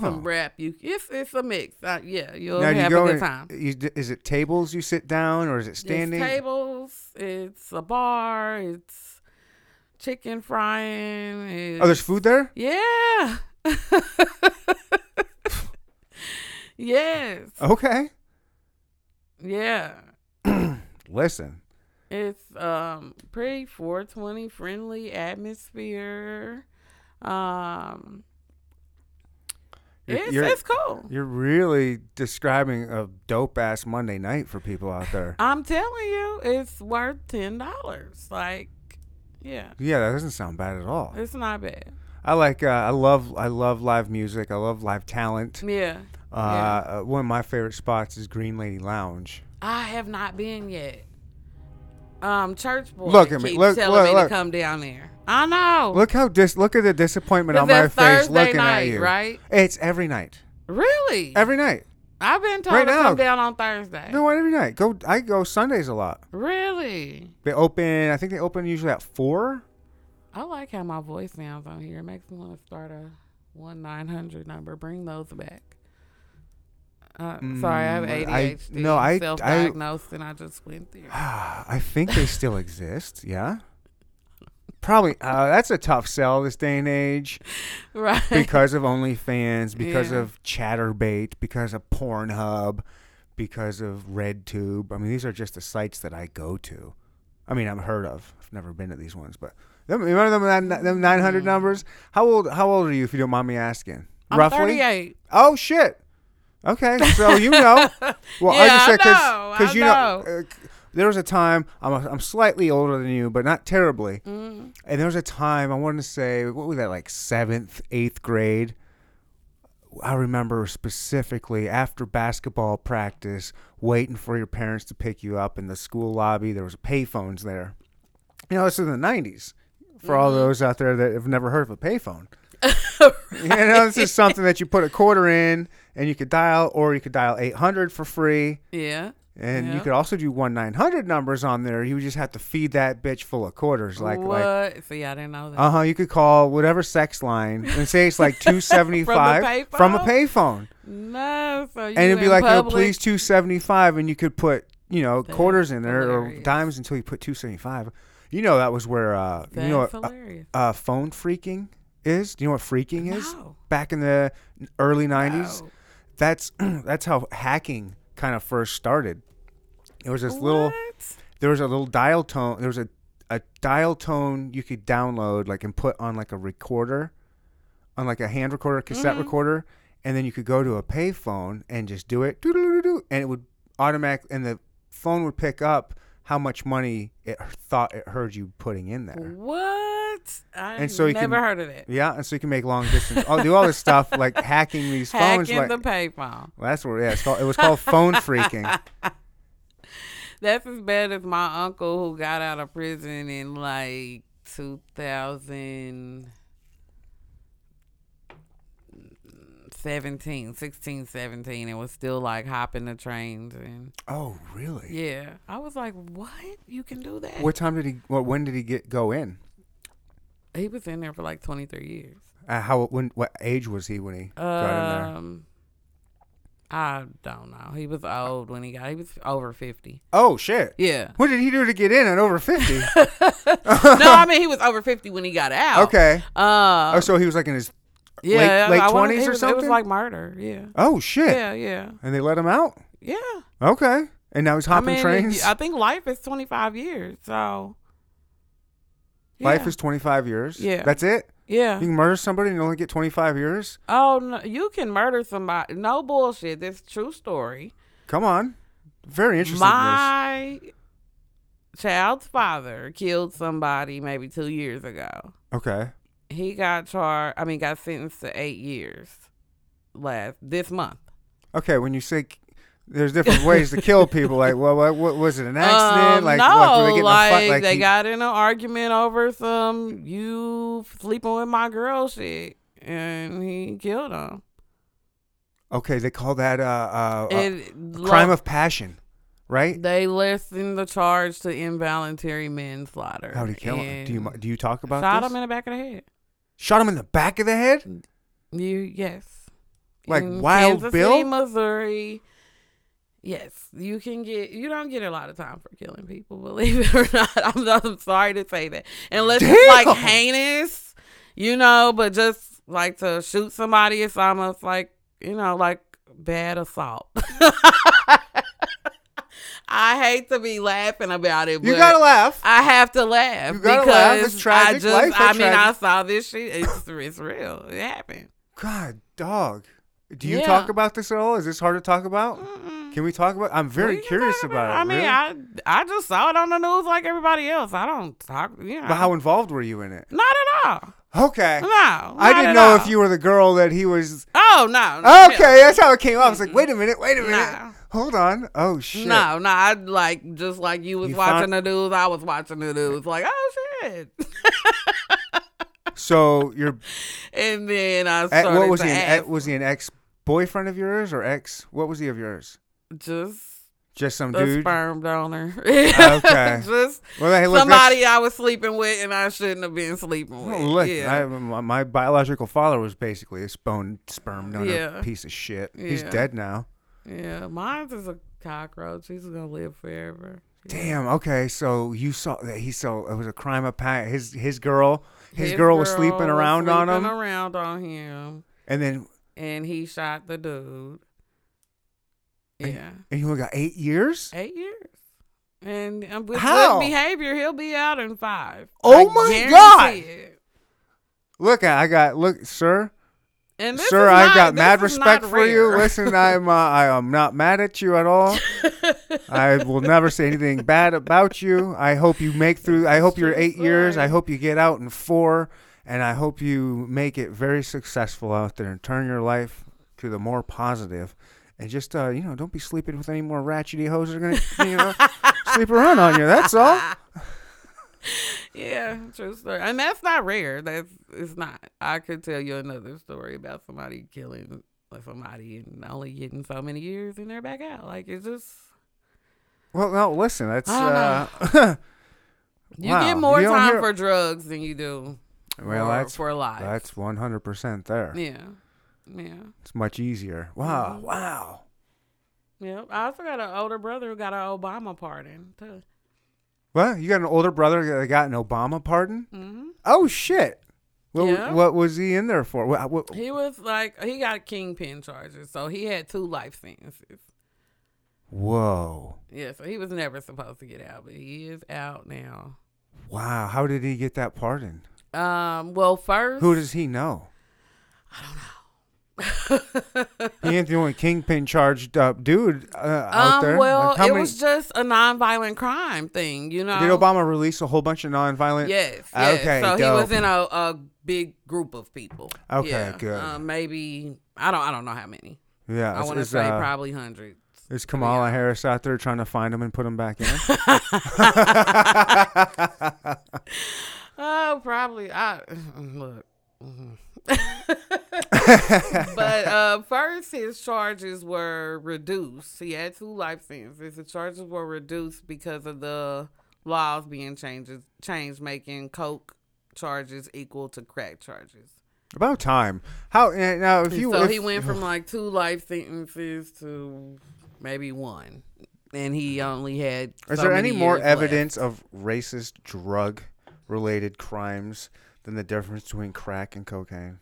[SPEAKER 3] some
[SPEAKER 2] oh.
[SPEAKER 3] rap. You, it's it's a mix. Uh, yeah, you'll
[SPEAKER 2] Now do you
[SPEAKER 3] have
[SPEAKER 2] go
[SPEAKER 3] a good
[SPEAKER 2] in-
[SPEAKER 3] time.
[SPEAKER 2] You, d- is it tables you sit down or is it standing?
[SPEAKER 3] It's tables. It's a bar. It's chicken frying. It's,
[SPEAKER 2] Oh, there's food there.
[SPEAKER 3] Yeah. yes.
[SPEAKER 2] Oh. Okay.
[SPEAKER 3] Yeah.
[SPEAKER 2] Listen.
[SPEAKER 3] It's um pretty 420 friendly atmosphere. Um
[SPEAKER 2] You're-
[SPEAKER 3] it's,
[SPEAKER 2] you're-
[SPEAKER 3] it's cool.
[SPEAKER 2] You're really describing a dope ass Monday night for people out there.
[SPEAKER 3] I'm telling you, it's worth ten dollars. Like, yeah.
[SPEAKER 2] Yeah, that doesn't sound bad at all.
[SPEAKER 3] It's not bad.
[SPEAKER 2] I like. Uh, I love. I love live music. I love live talent.
[SPEAKER 3] Yeah.
[SPEAKER 2] Uh, uh, one of my favorite spots is Green Lady Lounge.
[SPEAKER 3] I have not been yet. Um, church boy
[SPEAKER 2] Look at me.
[SPEAKER 3] keeps
[SPEAKER 2] Look-
[SPEAKER 3] telling
[SPEAKER 2] look-
[SPEAKER 3] me
[SPEAKER 2] look.
[SPEAKER 3] to come down there. I know.
[SPEAKER 2] Look how dis. Look at the disappointment
[SPEAKER 3] 'Cause
[SPEAKER 2] on my
[SPEAKER 3] that's
[SPEAKER 2] face
[SPEAKER 3] Oh. Thursday
[SPEAKER 2] looking
[SPEAKER 3] night,
[SPEAKER 2] at you.
[SPEAKER 3] right?
[SPEAKER 2] It's every night.
[SPEAKER 3] really?
[SPEAKER 2] Every night.
[SPEAKER 3] I've been told
[SPEAKER 2] Right
[SPEAKER 3] to
[SPEAKER 2] now.
[SPEAKER 3] come down on Thursday.
[SPEAKER 2] No, every night. Go. I go Sundays a lot.
[SPEAKER 3] Really?
[SPEAKER 2] They open. I think they open usually at four.
[SPEAKER 3] I like how my voice sounds on here. It makes me want to start a one nine hundred number. Bring those back. Uh, sorry, I have
[SPEAKER 2] Mm, I-
[SPEAKER 3] ADHD.
[SPEAKER 2] no, I- I-
[SPEAKER 3] self-diagnosed, and I just went there.
[SPEAKER 2] I think they still exist. Yeah. Probably. Uh, that's a tough sell this day and age
[SPEAKER 3] Right?
[SPEAKER 2] because of OnlyFans, because
[SPEAKER 3] Yeah.
[SPEAKER 2] of ChatterBait, because of Pornhub, because of RedTube. I mean, these are just the sites that I go to. I mean, I've heard of. I've never been to these ones, but them, remember them nine- them nine hundred numbers. How old How old are you, if you don't mind me asking?
[SPEAKER 3] Mm. I'm
[SPEAKER 2] Roughly.
[SPEAKER 3] thirty-eight.
[SPEAKER 2] Oh shit. Okay, so you know. Oh, Well, I
[SPEAKER 3] Yeah,
[SPEAKER 2] just
[SPEAKER 3] I
[SPEAKER 2] said
[SPEAKER 3] know,
[SPEAKER 2] because
[SPEAKER 3] I
[SPEAKER 2] you
[SPEAKER 3] know.
[SPEAKER 2] uh, there was a time I'm a, I'm slightly older than you, but not terribly.
[SPEAKER 3] Mm-hmm.
[SPEAKER 2] And there was a time I wanted to say what was that like seventh, eighth grade, I remember specifically after basketball practice, waiting for your parents to pick you up in the school lobby. There was payphones there. You know, this is the '90s. For
[SPEAKER 3] Mm-hmm.
[SPEAKER 2] all those out there that have never heard of a payphone, you know, this is something that you put a quarter in and you could dial, or you could dial 800 for free.
[SPEAKER 3] Yeah.
[SPEAKER 2] And you
[SPEAKER 3] Yep.
[SPEAKER 2] could also do one nine hundred numbers on there. You would just have to feed that bitch full of quarters, like
[SPEAKER 3] what?
[SPEAKER 2] like
[SPEAKER 3] See, I didn't know that.
[SPEAKER 2] uh huh. You could call whatever sex line and say it's like two seventy five from a payphone,
[SPEAKER 3] no. So you
[SPEAKER 2] and it'd be
[SPEAKER 3] in
[SPEAKER 2] like, "Yo,
[SPEAKER 3] public?
[SPEAKER 2] please two seventy five, and you could put you know
[SPEAKER 3] That's
[SPEAKER 2] quarters in there or
[SPEAKER 3] hilarious.
[SPEAKER 2] dimes until you put two seventy five. You know that was where uh
[SPEAKER 3] That's
[SPEAKER 2] you know what, uh,
[SPEAKER 3] hilarious.
[SPEAKER 2] uh, phone freaking is. Do you know what freaking is?
[SPEAKER 3] No.
[SPEAKER 2] Back in the early nineties,
[SPEAKER 3] Oh.
[SPEAKER 2] that's that's how hacking kind of first started. It was this little
[SPEAKER 3] What?
[SPEAKER 2] there was a little dial tone. There was a, a dial tone you could download, like, and put on like a recorder, on like a hand recorder, cassette
[SPEAKER 3] Mm-hmm.
[SPEAKER 2] recorder, and then you could go to a payphone and just do it, doo-doo-doo-doo-doo, and it would automatic, and the phone would pick up how much money it thought it heard you putting in there.
[SPEAKER 3] What? I
[SPEAKER 2] And so you
[SPEAKER 3] never
[SPEAKER 2] can-
[SPEAKER 3] heard of that.
[SPEAKER 2] Yeah, and so you can make long distance, oh, do all this stuff like hacking these phones.
[SPEAKER 3] Hacking
[SPEAKER 2] like,
[SPEAKER 3] the payphone.
[SPEAKER 2] well, that's what yeah, it's called, it was called phone freaking.
[SPEAKER 3] That's as bad as my uncle who got out of prison in like 2000. 17, 16, 17, and was still like hopping the trains. And
[SPEAKER 2] Oh, really?
[SPEAKER 3] yeah, I was like, what? You can do that?
[SPEAKER 2] What time did he? What when did he get go in?
[SPEAKER 3] He was in there for like 23 years.
[SPEAKER 2] Uh, how when what age was he when he got in there?
[SPEAKER 3] Um, I don't know. He was old when he got. He was over fifty.
[SPEAKER 2] Oh shit!
[SPEAKER 3] Yeah.
[SPEAKER 2] What did he do to get in at over fifty?
[SPEAKER 3] no, I mean he was over fifty when he got out.
[SPEAKER 2] okay,
[SPEAKER 3] Uh,
[SPEAKER 2] oh so he was like in his
[SPEAKER 3] yeah,
[SPEAKER 2] late
[SPEAKER 3] I wanna-
[SPEAKER 2] 20s
[SPEAKER 3] he
[SPEAKER 2] or
[SPEAKER 3] was- It was
[SPEAKER 2] something?
[SPEAKER 3] like murder. Yeah.
[SPEAKER 2] oh shit,
[SPEAKER 3] Yeah, yeah,
[SPEAKER 2] and they let him out.
[SPEAKER 3] yeah.
[SPEAKER 2] Okay, and now he's
[SPEAKER 3] I
[SPEAKER 2] hopping
[SPEAKER 3] mean,
[SPEAKER 2] trains.
[SPEAKER 3] I think life is twenty five years. So.
[SPEAKER 2] Life
[SPEAKER 3] Yeah.
[SPEAKER 2] is twenty five years.
[SPEAKER 3] Yeah.
[SPEAKER 2] that's it. You
[SPEAKER 3] Yeah.
[SPEAKER 2] can murder somebody and only get twenty five years.
[SPEAKER 3] Oh no, you can murder somebody. No bullshit. This true story.
[SPEAKER 2] Come on, very interesting. this.
[SPEAKER 3] My child's father killed somebody maybe two years ago.
[SPEAKER 2] Okay,
[SPEAKER 3] He got charged. I mean, got sentenced to eight years last this month.
[SPEAKER 2] okay. When you say k- there's different ways to kill people, like well, what, what was it an accident?
[SPEAKER 3] Um,
[SPEAKER 2] like
[SPEAKER 3] no,
[SPEAKER 2] what, were they getting
[SPEAKER 3] like,
[SPEAKER 2] a fight?
[SPEAKER 3] they
[SPEAKER 2] he-
[SPEAKER 3] got in an argument over some you sleeping with my girl shit, and he killed him.
[SPEAKER 2] Okay, they call that uh, uh, uh,
[SPEAKER 3] It-
[SPEAKER 2] crime
[SPEAKER 3] lo-
[SPEAKER 2] of passion, right?
[SPEAKER 3] They lessened the charge to involuntary manslaughter.
[SPEAKER 2] How did he kill him? Do you
[SPEAKER 3] and
[SPEAKER 2] do you talk about
[SPEAKER 3] shot
[SPEAKER 2] this?
[SPEAKER 3] him in the back of the head?
[SPEAKER 2] Shot him in the back of the head.
[SPEAKER 3] You yes.
[SPEAKER 2] Like Wild
[SPEAKER 3] Kansas
[SPEAKER 2] Bill?
[SPEAKER 3] City, Missouri. Yes, you can get. You don't get a lot of time for killing people, believe it or not. I'm, I'm sorry to say that, unless it's
[SPEAKER 2] Damn.
[SPEAKER 3] like heinous, you know. But just like to shoot somebody, it's almost like you know, like bad assault. I hate to be laughing about it.
[SPEAKER 2] You
[SPEAKER 3] but
[SPEAKER 2] gotta laugh.
[SPEAKER 3] I have to laugh
[SPEAKER 2] You gotta
[SPEAKER 3] because
[SPEAKER 2] laugh. It's
[SPEAKER 3] I
[SPEAKER 2] tragic.
[SPEAKER 3] just,
[SPEAKER 2] Life is
[SPEAKER 3] I mean, I
[SPEAKER 2] tragic.
[SPEAKER 3] saw this shit. It's, it's real. It happened.
[SPEAKER 2] God, dog. Do you
[SPEAKER 3] Yeah.
[SPEAKER 2] talk about this at all? Is this hard to talk about?
[SPEAKER 3] Mm-mm.
[SPEAKER 2] Can we talk about? I'm
[SPEAKER 3] What
[SPEAKER 2] very
[SPEAKER 3] you
[SPEAKER 2] curious
[SPEAKER 3] talking
[SPEAKER 2] about it.
[SPEAKER 3] I mean,
[SPEAKER 2] really.
[SPEAKER 3] I I just saw it on the news like everybody else. I don't talk. You know,
[SPEAKER 2] but how involved were you in it?
[SPEAKER 3] not at all.
[SPEAKER 2] Okay.
[SPEAKER 3] No, not
[SPEAKER 2] I didn't
[SPEAKER 3] at
[SPEAKER 2] know
[SPEAKER 3] all.
[SPEAKER 2] if you were the girl that he was.
[SPEAKER 3] Oh no. no,
[SPEAKER 2] Okay, that's how it came up. I was like, wait a minute, wait a minute.
[SPEAKER 3] Nah.
[SPEAKER 2] Hold on. Oh shit.
[SPEAKER 3] No, no. I like just like you was
[SPEAKER 2] You
[SPEAKER 3] watching
[SPEAKER 2] found-
[SPEAKER 3] the news. I was watching the news. Like oh shit.
[SPEAKER 2] So you're.
[SPEAKER 3] and then I
[SPEAKER 2] At,
[SPEAKER 3] started
[SPEAKER 2] what was
[SPEAKER 3] to
[SPEAKER 2] he? An,
[SPEAKER 3] ask,
[SPEAKER 2] at, was he an ex boyfriend of yours or ex? What was he of yours?
[SPEAKER 3] just
[SPEAKER 2] Just some
[SPEAKER 3] a
[SPEAKER 2] dude.
[SPEAKER 3] sperm donor.
[SPEAKER 2] Okay.
[SPEAKER 3] just
[SPEAKER 2] Well, hey, look, that's-
[SPEAKER 3] somebody I was sleeping with and I shouldn't have been sleeping with.
[SPEAKER 2] Well, look,
[SPEAKER 3] yeah.
[SPEAKER 2] I, my, my biological father was basically a spone, sperm donor
[SPEAKER 3] Yeah.
[SPEAKER 2] piece of shit. He's
[SPEAKER 3] Yeah.
[SPEAKER 2] dead now.
[SPEAKER 3] yeah. Mine's is a cockroach. He's gonna live forever.
[SPEAKER 2] Damn. Okay, so you saw that he saw it was a crime of passion. His his girl, his, girl, was sleeping
[SPEAKER 3] girl was
[SPEAKER 2] around on him,
[SPEAKER 3] sleeping around on him,
[SPEAKER 2] and then
[SPEAKER 3] and he shot the dude. Yeah,
[SPEAKER 2] and he only got eight years.
[SPEAKER 3] eight years. And um, with
[SPEAKER 2] How?
[SPEAKER 3] good behavior, he'll be out in five.
[SPEAKER 2] Oh
[SPEAKER 3] I
[SPEAKER 2] my
[SPEAKER 3] guarantee
[SPEAKER 2] God.
[SPEAKER 3] it.
[SPEAKER 2] Look, I I got look, sir,
[SPEAKER 3] And this
[SPEAKER 2] sir,
[SPEAKER 3] is
[SPEAKER 2] I've
[SPEAKER 3] not-
[SPEAKER 2] got
[SPEAKER 3] this
[SPEAKER 2] mad
[SPEAKER 3] is not
[SPEAKER 2] respect for you.
[SPEAKER 3] rare.
[SPEAKER 2] Listen, I'm uh, I am not mad at you at all. I will never say anything bad about you. I hope you make through. I hope you're eight years. I hope you get out in four, and I hope you make it very successful out there and turn your life to the more positive, and just uh, you know, don't be sleeping with any more ratchety hoes that are gonna you know sleep around on you. That's all.
[SPEAKER 3] Yeah, true story. And that's not rare. That's it's not. I could tell you another story about somebody killing somebody and only getting so many years and they're back out. Like it's just
[SPEAKER 2] Well, no, listen, that's uh,
[SPEAKER 3] I you
[SPEAKER 2] Wow,
[SPEAKER 3] get more
[SPEAKER 2] you don't
[SPEAKER 3] time
[SPEAKER 2] hear-
[SPEAKER 3] for drugs than you do
[SPEAKER 2] well,
[SPEAKER 3] for,
[SPEAKER 2] that's
[SPEAKER 3] for life.
[SPEAKER 2] that's one hundred percent there.
[SPEAKER 3] yeah. Mm-hmm. Yeah.
[SPEAKER 2] It's much easier. Wow, wow.
[SPEAKER 3] Yep. I also got an older brother who got an Obama pardon too.
[SPEAKER 2] Well, you got an older brother that got an Obama pardon.
[SPEAKER 3] hmm
[SPEAKER 2] Oh shit! What,
[SPEAKER 3] Yeah.
[SPEAKER 2] what was he in there for? What, what,
[SPEAKER 3] He was like he got kingpin charges, so he had two life sentences.
[SPEAKER 2] whoa!
[SPEAKER 3] Yeah, so he was never supposed to get out, but he is out now.
[SPEAKER 2] Wow! How did he get that pardon?
[SPEAKER 3] Um, well, first,
[SPEAKER 2] Who does he know? He ain't the only kingpin charged up dude uh, out there.
[SPEAKER 3] um, well,
[SPEAKER 2] Like, how
[SPEAKER 3] it
[SPEAKER 2] many-
[SPEAKER 3] was um, just a nonviolent crime thing, you know.
[SPEAKER 2] did Obama release a whole bunch of nonviolent?
[SPEAKER 3] Yes. yes.
[SPEAKER 2] Okay.
[SPEAKER 3] So he was
[SPEAKER 2] dope.
[SPEAKER 3] in a, a big group of people.
[SPEAKER 2] Okay,
[SPEAKER 3] Yeah.
[SPEAKER 2] good.
[SPEAKER 3] Uh, maybe I don't. I don't know how many.
[SPEAKER 2] yeah.
[SPEAKER 3] I
[SPEAKER 2] is-
[SPEAKER 3] want to
[SPEAKER 2] is,
[SPEAKER 3] say
[SPEAKER 2] uh,
[SPEAKER 3] probably hundreds.
[SPEAKER 2] Is Kamala Harris out there trying to find him and put him back in?
[SPEAKER 3] Oh, probably. I look. but uh, first, his charges were reduced. He had two life sentences. The charges were reduced because of the laws being changed, changed making coke charges equal to crack charges.
[SPEAKER 2] About time. How eh, now? If you
[SPEAKER 3] so
[SPEAKER 2] if,
[SPEAKER 3] he went from like two life sentences to maybe one, and he only had.
[SPEAKER 2] Is
[SPEAKER 3] so
[SPEAKER 2] there
[SPEAKER 3] many
[SPEAKER 2] any more
[SPEAKER 3] years left.
[SPEAKER 2] evidence of racist drug related crimes than the difference between crack and cocaine?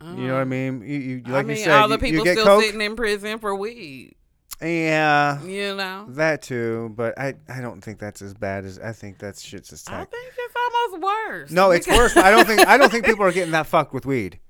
[SPEAKER 2] You know what I mean? You, you like
[SPEAKER 3] Mm. I mean,
[SPEAKER 2] you said,
[SPEAKER 3] all the
[SPEAKER 2] you- you,
[SPEAKER 3] people
[SPEAKER 2] get
[SPEAKER 3] still
[SPEAKER 2] coke.
[SPEAKER 3] sitting in prison for weed.
[SPEAKER 2] Yeah,
[SPEAKER 3] You know,
[SPEAKER 2] that too. But I, I don't think that's as bad as I think that shit's just.
[SPEAKER 3] I
[SPEAKER 2] Tech.
[SPEAKER 3] think it's almost worse.
[SPEAKER 2] No, it's worse. but I don't think I don't think people are getting that fucked with weed.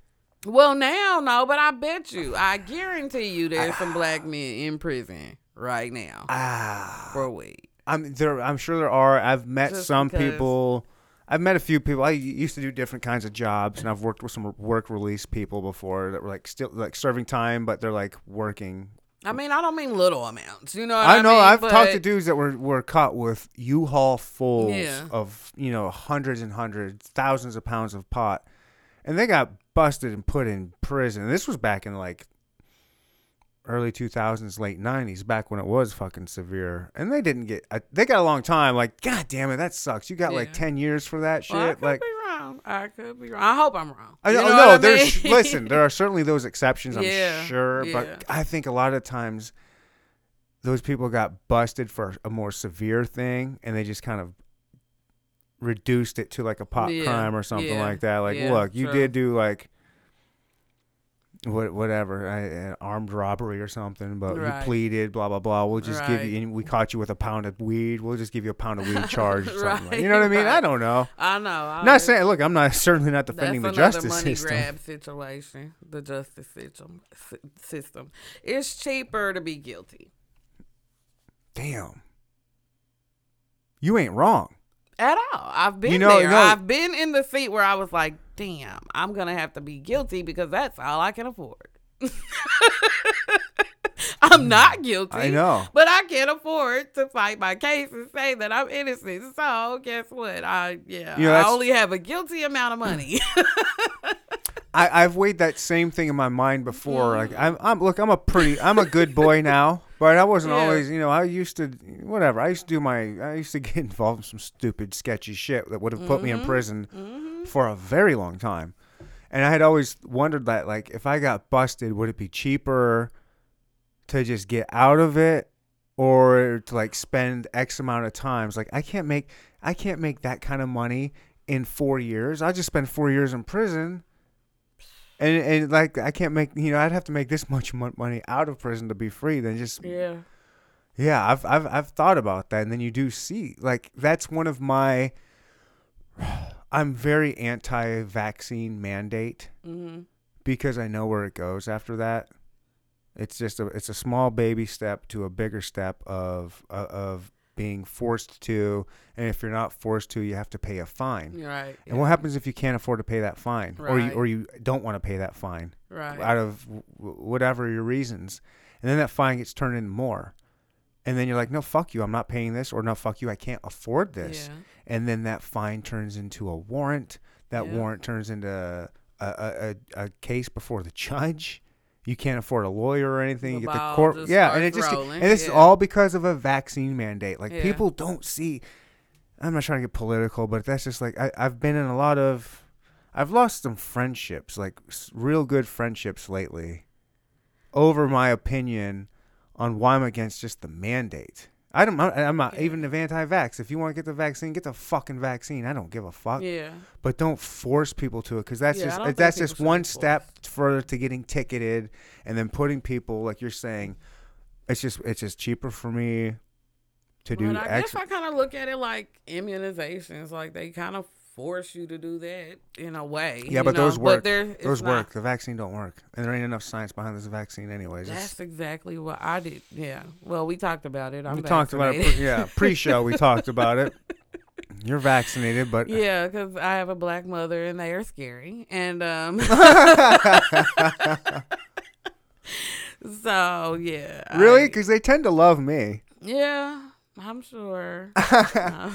[SPEAKER 3] Well, now no, but I bet you, I guarantee you, there's some black men in prison right now
[SPEAKER 2] Ah,
[SPEAKER 3] for weed.
[SPEAKER 2] I'm there. I'm sure there are. I've met
[SPEAKER 3] Just
[SPEAKER 2] some
[SPEAKER 3] because-
[SPEAKER 2] people. I've met a few people. I used to do different kinds of jobs, and I've worked with some work release people before that were like still like serving time, but they're like working.
[SPEAKER 3] I mean, I don't mean little amounts. You know, what
[SPEAKER 2] I know.
[SPEAKER 3] mean?
[SPEAKER 2] I've talked to
[SPEAKER 3] But-
[SPEAKER 2] dudes that were were caught with U-Haul fulls
[SPEAKER 3] Yeah.
[SPEAKER 2] of you know hundreds and hundreds, thousands of pounds of pot, and they got busted and put in prison. This was back in like early 2000s late 90s back when it was fucking severe and they didn't get I- they got a long time like god damn it that sucks you got like
[SPEAKER 3] Yeah.
[SPEAKER 2] 10 years for that shit
[SPEAKER 3] Well, I could
[SPEAKER 2] like
[SPEAKER 3] be wrong. I could be wrong. I hope I'm wrong.
[SPEAKER 2] I
[SPEAKER 3] You
[SPEAKER 2] don't
[SPEAKER 3] know
[SPEAKER 2] know.
[SPEAKER 3] what I
[SPEAKER 2] there's
[SPEAKER 3] mean?
[SPEAKER 2] listen. There are certainly those exceptions. I'm
[SPEAKER 3] Yeah,
[SPEAKER 2] sure,
[SPEAKER 3] yeah.
[SPEAKER 2] but I think a lot of times those people got busted for a more severe thing, and they just kind of reduced it to like a pop
[SPEAKER 3] Yeah,
[SPEAKER 2] crime or something
[SPEAKER 3] yeah,
[SPEAKER 2] like that. Like,
[SPEAKER 3] yeah,
[SPEAKER 2] look, you
[SPEAKER 3] true.
[SPEAKER 2] did do like what, whatever, I, an armed robbery or something, but
[SPEAKER 3] Right.
[SPEAKER 2] you pleaded, blah blah blah. We'll just give
[SPEAKER 3] Right.
[SPEAKER 2] you. And we caught you with a pound of weed. We'll just give you a pound of weed charge. Or something like-
[SPEAKER 3] Right,
[SPEAKER 2] You know what I mean? I
[SPEAKER 3] right.
[SPEAKER 2] don't know.
[SPEAKER 3] I know. I
[SPEAKER 2] Not
[SPEAKER 3] was-
[SPEAKER 2] saying. Look, I'm not certainly not
[SPEAKER 3] That's
[SPEAKER 2] defending the
[SPEAKER 3] another
[SPEAKER 2] justice
[SPEAKER 3] money
[SPEAKER 2] system.
[SPEAKER 3] grab situation. The justice system sy- system. It's cheaper to be guilty.
[SPEAKER 2] damn, you ain't wrong.
[SPEAKER 3] At all. I've been
[SPEAKER 2] You know-
[SPEAKER 3] there.
[SPEAKER 2] no.
[SPEAKER 3] I've been in the seat where I was like, damn, I'm gonna have to be guilty because that's all I can afford. I'm not guilty.
[SPEAKER 2] Mm, I know.
[SPEAKER 3] But I can't afford to fight my case and say that I'm innocent. So guess what? I yeah,
[SPEAKER 2] You know,
[SPEAKER 3] I
[SPEAKER 2] that's-
[SPEAKER 3] only have a guilty amount of money.
[SPEAKER 2] I, I've weighed that same thing in my mind before.
[SPEAKER 3] Hmm.
[SPEAKER 2] Like I'm, I'm look, I'm a pretty, I'm a good boy now, but I wasn't
[SPEAKER 3] Yeah.
[SPEAKER 2] always. You know, I used to, whatever. I used to do my, I used to get involved in some stupid, sketchy shit that would have put me
[SPEAKER 3] Mm-hmm.
[SPEAKER 2] in prison for a very long time. And I had always wondered that, like, if I got busted, would it be cheaper to just get out of it or to like spend X amount of times? Like, I can't make, I can't make that kind of money in four years. I just spend four years in prison. And, and like I can't make you know I'd have to make this much mon- money out of prison to be free than just
[SPEAKER 3] yeah.
[SPEAKER 2] yeah, I've I've I've thought about that, and then you do see like that's one of my. I'm very anti-vaccine mandate
[SPEAKER 3] Mm-hmm.
[SPEAKER 2] because I know where it goes after that. It's just a it's a small baby step to a bigger step of uh, of being forced to, and if you're not forced to, you have to pay a fine.
[SPEAKER 3] You're right.
[SPEAKER 2] And what happens if you can't afford to pay that fine, or you,
[SPEAKER 3] Right.
[SPEAKER 2] or you don't want to pay that fine
[SPEAKER 3] Right.
[SPEAKER 2] out of w- w- whatever your reasons, and then that fine gets turned into more, and then you're like, no, fuck you, I'm not paying this, or no, fuck you, I can't afford this,
[SPEAKER 3] Yeah.
[SPEAKER 2] and then that fine turns into a warrant. That
[SPEAKER 3] Yeah.
[SPEAKER 2] warrant turns into a, a, a, a case before the judge. You can't afford a lawyer or anything.
[SPEAKER 3] The
[SPEAKER 2] you get the
[SPEAKER 3] ball
[SPEAKER 2] court,
[SPEAKER 3] just
[SPEAKER 2] yeah, and it
[SPEAKER 3] starts
[SPEAKER 2] just
[SPEAKER 3] rolling,
[SPEAKER 2] and this is
[SPEAKER 3] yeah.
[SPEAKER 2] all because of a vaccine mandate. Like
[SPEAKER 3] Yeah.
[SPEAKER 2] people don't see. I'm not trying to get political, but that's just like I, I've been in a lot of. I've lost some friendships, like s- real good friendships lately, over my opinion on why I'm against just the mandate. I don't. I- I'm not even an anti-vax. If you want to get the vaccine, get the fucking vaccine. I don't give a fuck.
[SPEAKER 3] Yeah.
[SPEAKER 2] But don't force people to it because that's
[SPEAKER 3] Yeah, I don't
[SPEAKER 2] just that's
[SPEAKER 3] think
[SPEAKER 2] just
[SPEAKER 3] people should
[SPEAKER 2] one
[SPEAKER 3] be
[SPEAKER 2] step further to getting ticketed and then putting people like you're saying. It's just it's just cheaper for me to do.
[SPEAKER 3] But I
[SPEAKER 2] X.
[SPEAKER 3] guess I kind of look at it like immunizations. Like they kind of force you to do that in a way.
[SPEAKER 2] yeah,
[SPEAKER 3] you
[SPEAKER 2] but
[SPEAKER 3] know?
[SPEAKER 2] those work.
[SPEAKER 3] they're- it's
[SPEAKER 2] those
[SPEAKER 3] not-
[SPEAKER 2] work. The vaccine don't work, and there ain't enough science behind this vaccine, anyways. It's-
[SPEAKER 3] That's exactly what I did. Yeah. Well, we talked about it. I'm
[SPEAKER 2] we talked about it. Pre-
[SPEAKER 3] vaccinated.
[SPEAKER 2] yeah, pre-show we talked about it. You're vaccinated, but
[SPEAKER 3] Yeah, because I have a black mother and they are scary. And um so yeah. I-
[SPEAKER 2] really, because they tend to love me.
[SPEAKER 3] yeah, I'm sure. Uh,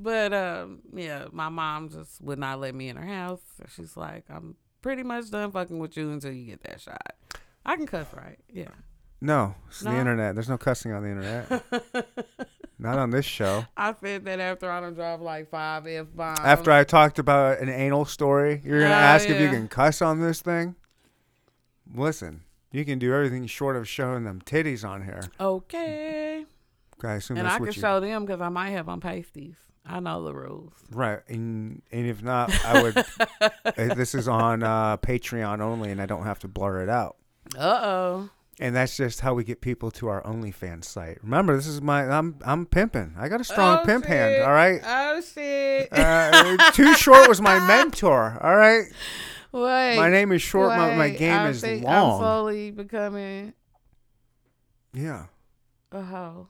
[SPEAKER 3] but um yeah, my mom just would not let me in her house. She's like, I'm pretty much done fucking with you until you get that shot. I can cuss right. Yeah.
[SPEAKER 2] No, it's the
[SPEAKER 3] No.
[SPEAKER 2] internet. There's no cussing on the internet. Not on this show.
[SPEAKER 3] I said that after I done dropped like five F bombs.
[SPEAKER 2] After I talked about an anal story, you're gonna
[SPEAKER 3] Oh,
[SPEAKER 2] ask if you
[SPEAKER 3] yeah.
[SPEAKER 2] can cuss on this thing. Listen, you can do everything short of showing them titties on here.
[SPEAKER 3] Okay.
[SPEAKER 2] I assume
[SPEAKER 3] And
[SPEAKER 2] that's
[SPEAKER 3] I
[SPEAKER 2] what
[SPEAKER 3] can
[SPEAKER 2] you
[SPEAKER 3] show them because I might have on pasties. I know the rules.
[SPEAKER 2] right. And, and if not, I would. eh, this is on uh, Patreon only, and I don't have to blur it out.
[SPEAKER 3] Uh oh.
[SPEAKER 2] And that's just how we get people to our OnlyFans site. Remember, this is my I'm I'm pimping. I got a strong pimp hand. All right.
[SPEAKER 3] Oh shit.
[SPEAKER 2] Uh, too short was my mentor. All right.
[SPEAKER 3] Wait.
[SPEAKER 2] My name is short. My, my
[SPEAKER 3] wait,
[SPEAKER 2] game
[SPEAKER 3] I
[SPEAKER 2] is
[SPEAKER 3] think I'm
[SPEAKER 2] long.
[SPEAKER 3] slowly becoming
[SPEAKER 2] yeah.
[SPEAKER 3] a hoe.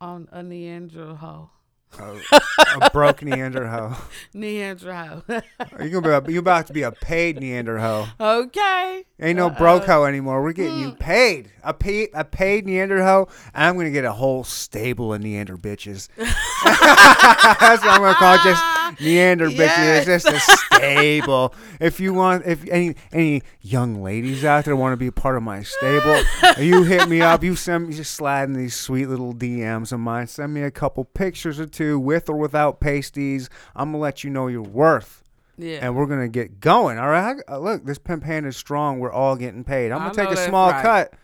[SPEAKER 3] On a Neanderthal hoe.
[SPEAKER 2] A, a broke Neanderthal.
[SPEAKER 3] Neanderthal hoe.
[SPEAKER 2] You gonna be a, you about to be a paid Neanderthal.
[SPEAKER 3] okay. Uh,
[SPEAKER 2] Ain't no broke hoe anymore. We're getting you paid. A paid a paid Neanderthal. And I'm gonna get a whole stable of Neander bitches. That's what I'm gonna call it, just Neander bitches.
[SPEAKER 3] Yes.
[SPEAKER 2] It's just a stable. if you want, if any any young ladies out there want to be a part of my stable, you hit me up. You send me just slide in these sweet little DMs of mine. Send me a couple pictures or two with or without pasties. I'm gonna let you know your worth
[SPEAKER 3] Yeah.
[SPEAKER 2] and we're gonna get going. All right, I- uh, look, this pimp hand is strong. We're all getting paid. I'm
[SPEAKER 3] I
[SPEAKER 2] gonna take
[SPEAKER 3] know
[SPEAKER 2] a
[SPEAKER 3] that's
[SPEAKER 2] small
[SPEAKER 3] right.
[SPEAKER 2] cut.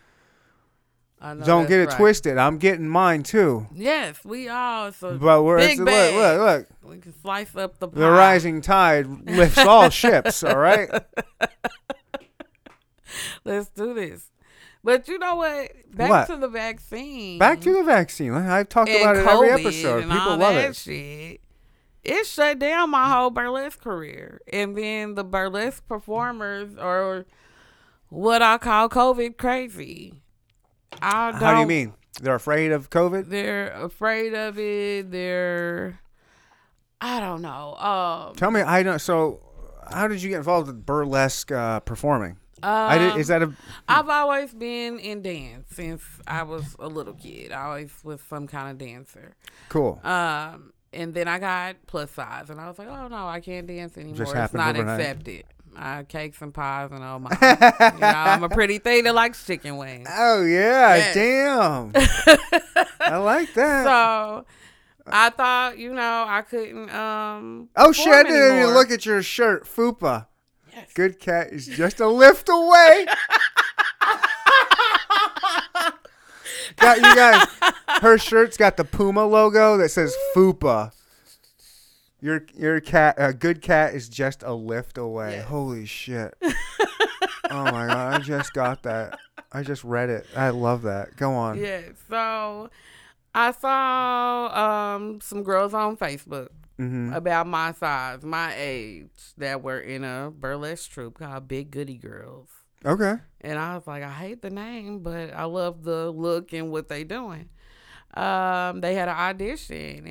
[SPEAKER 3] I know
[SPEAKER 2] Don't get it
[SPEAKER 3] that's right.
[SPEAKER 2] twisted. I'm getting mine too.
[SPEAKER 3] Yes, we all. So
[SPEAKER 2] But we're it's-
[SPEAKER 3] big
[SPEAKER 2] look,
[SPEAKER 3] bag.
[SPEAKER 2] look, look.
[SPEAKER 3] We can slice up the pie.
[SPEAKER 2] The rising tide lifts all ships. All right.
[SPEAKER 3] Let's do this. But you know what? Back
[SPEAKER 2] What?
[SPEAKER 3] to the vaccine.
[SPEAKER 2] Back to the vaccine. I- I've talked
[SPEAKER 3] and
[SPEAKER 2] about it every
[SPEAKER 3] COVID
[SPEAKER 2] episode.
[SPEAKER 3] and
[SPEAKER 2] People
[SPEAKER 3] all
[SPEAKER 2] love
[SPEAKER 3] that
[SPEAKER 2] it.
[SPEAKER 3] Shit. It shut down my whole burlesque career, and then the burlesque performers are what I call COVID crazy. I don't,
[SPEAKER 2] How do you mean? They're afraid of COVID.
[SPEAKER 3] They're afraid of it. They're I don't know. Um,
[SPEAKER 2] Tell me, I don't. So, how did you get involved with burlesque uh, performing? I did,
[SPEAKER 3] um,
[SPEAKER 2] is that a
[SPEAKER 3] I've always been in dance since I was a little kid. I always was some kind of dancer.
[SPEAKER 2] cool?
[SPEAKER 3] Um, and then I got plus size, and I was like, oh no, I can't dance anymore. It's
[SPEAKER 2] happened
[SPEAKER 3] not
[SPEAKER 2] overnight.
[SPEAKER 3] accepted. Uh, cakes and pies and all my. you know, I'm a pretty thing that likes chicken wings.
[SPEAKER 2] oh yeah,
[SPEAKER 3] yes.
[SPEAKER 2] damn. I like that.
[SPEAKER 3] So I thought, you know, I couldn't. um
[SPEAKER 2] Oh shit! I
[SPEAKER 3] perform
[SPEAKER 2] didn't even
[SPEAKER 3] anymore.
[SPEAKER 2] look at your shirt, Fupa.
[SPEAKER 3] Yes.
[SPEAKER 2] Good cat is just a lift away. got you guys. Her shirt's got the Puma logo that says Fupa. Your your cat, uh, good cat is just a lift away. Holy shit! oh my god! I just got that. I just read it. I love that. Go on.
[SPEAKER 3] Yeah. So I saw um some girls on Facebook
[SPEAKER 2] Mm-hmm.
[SPEAKER 3] about my size, my age, that were in a burlesque troupe called Big Goody Girls.
[SPEAKER 2] Okay.
[SPEAKER 3] And I was like, I hate the name, but I love the look and what they doing. Um, they had an audition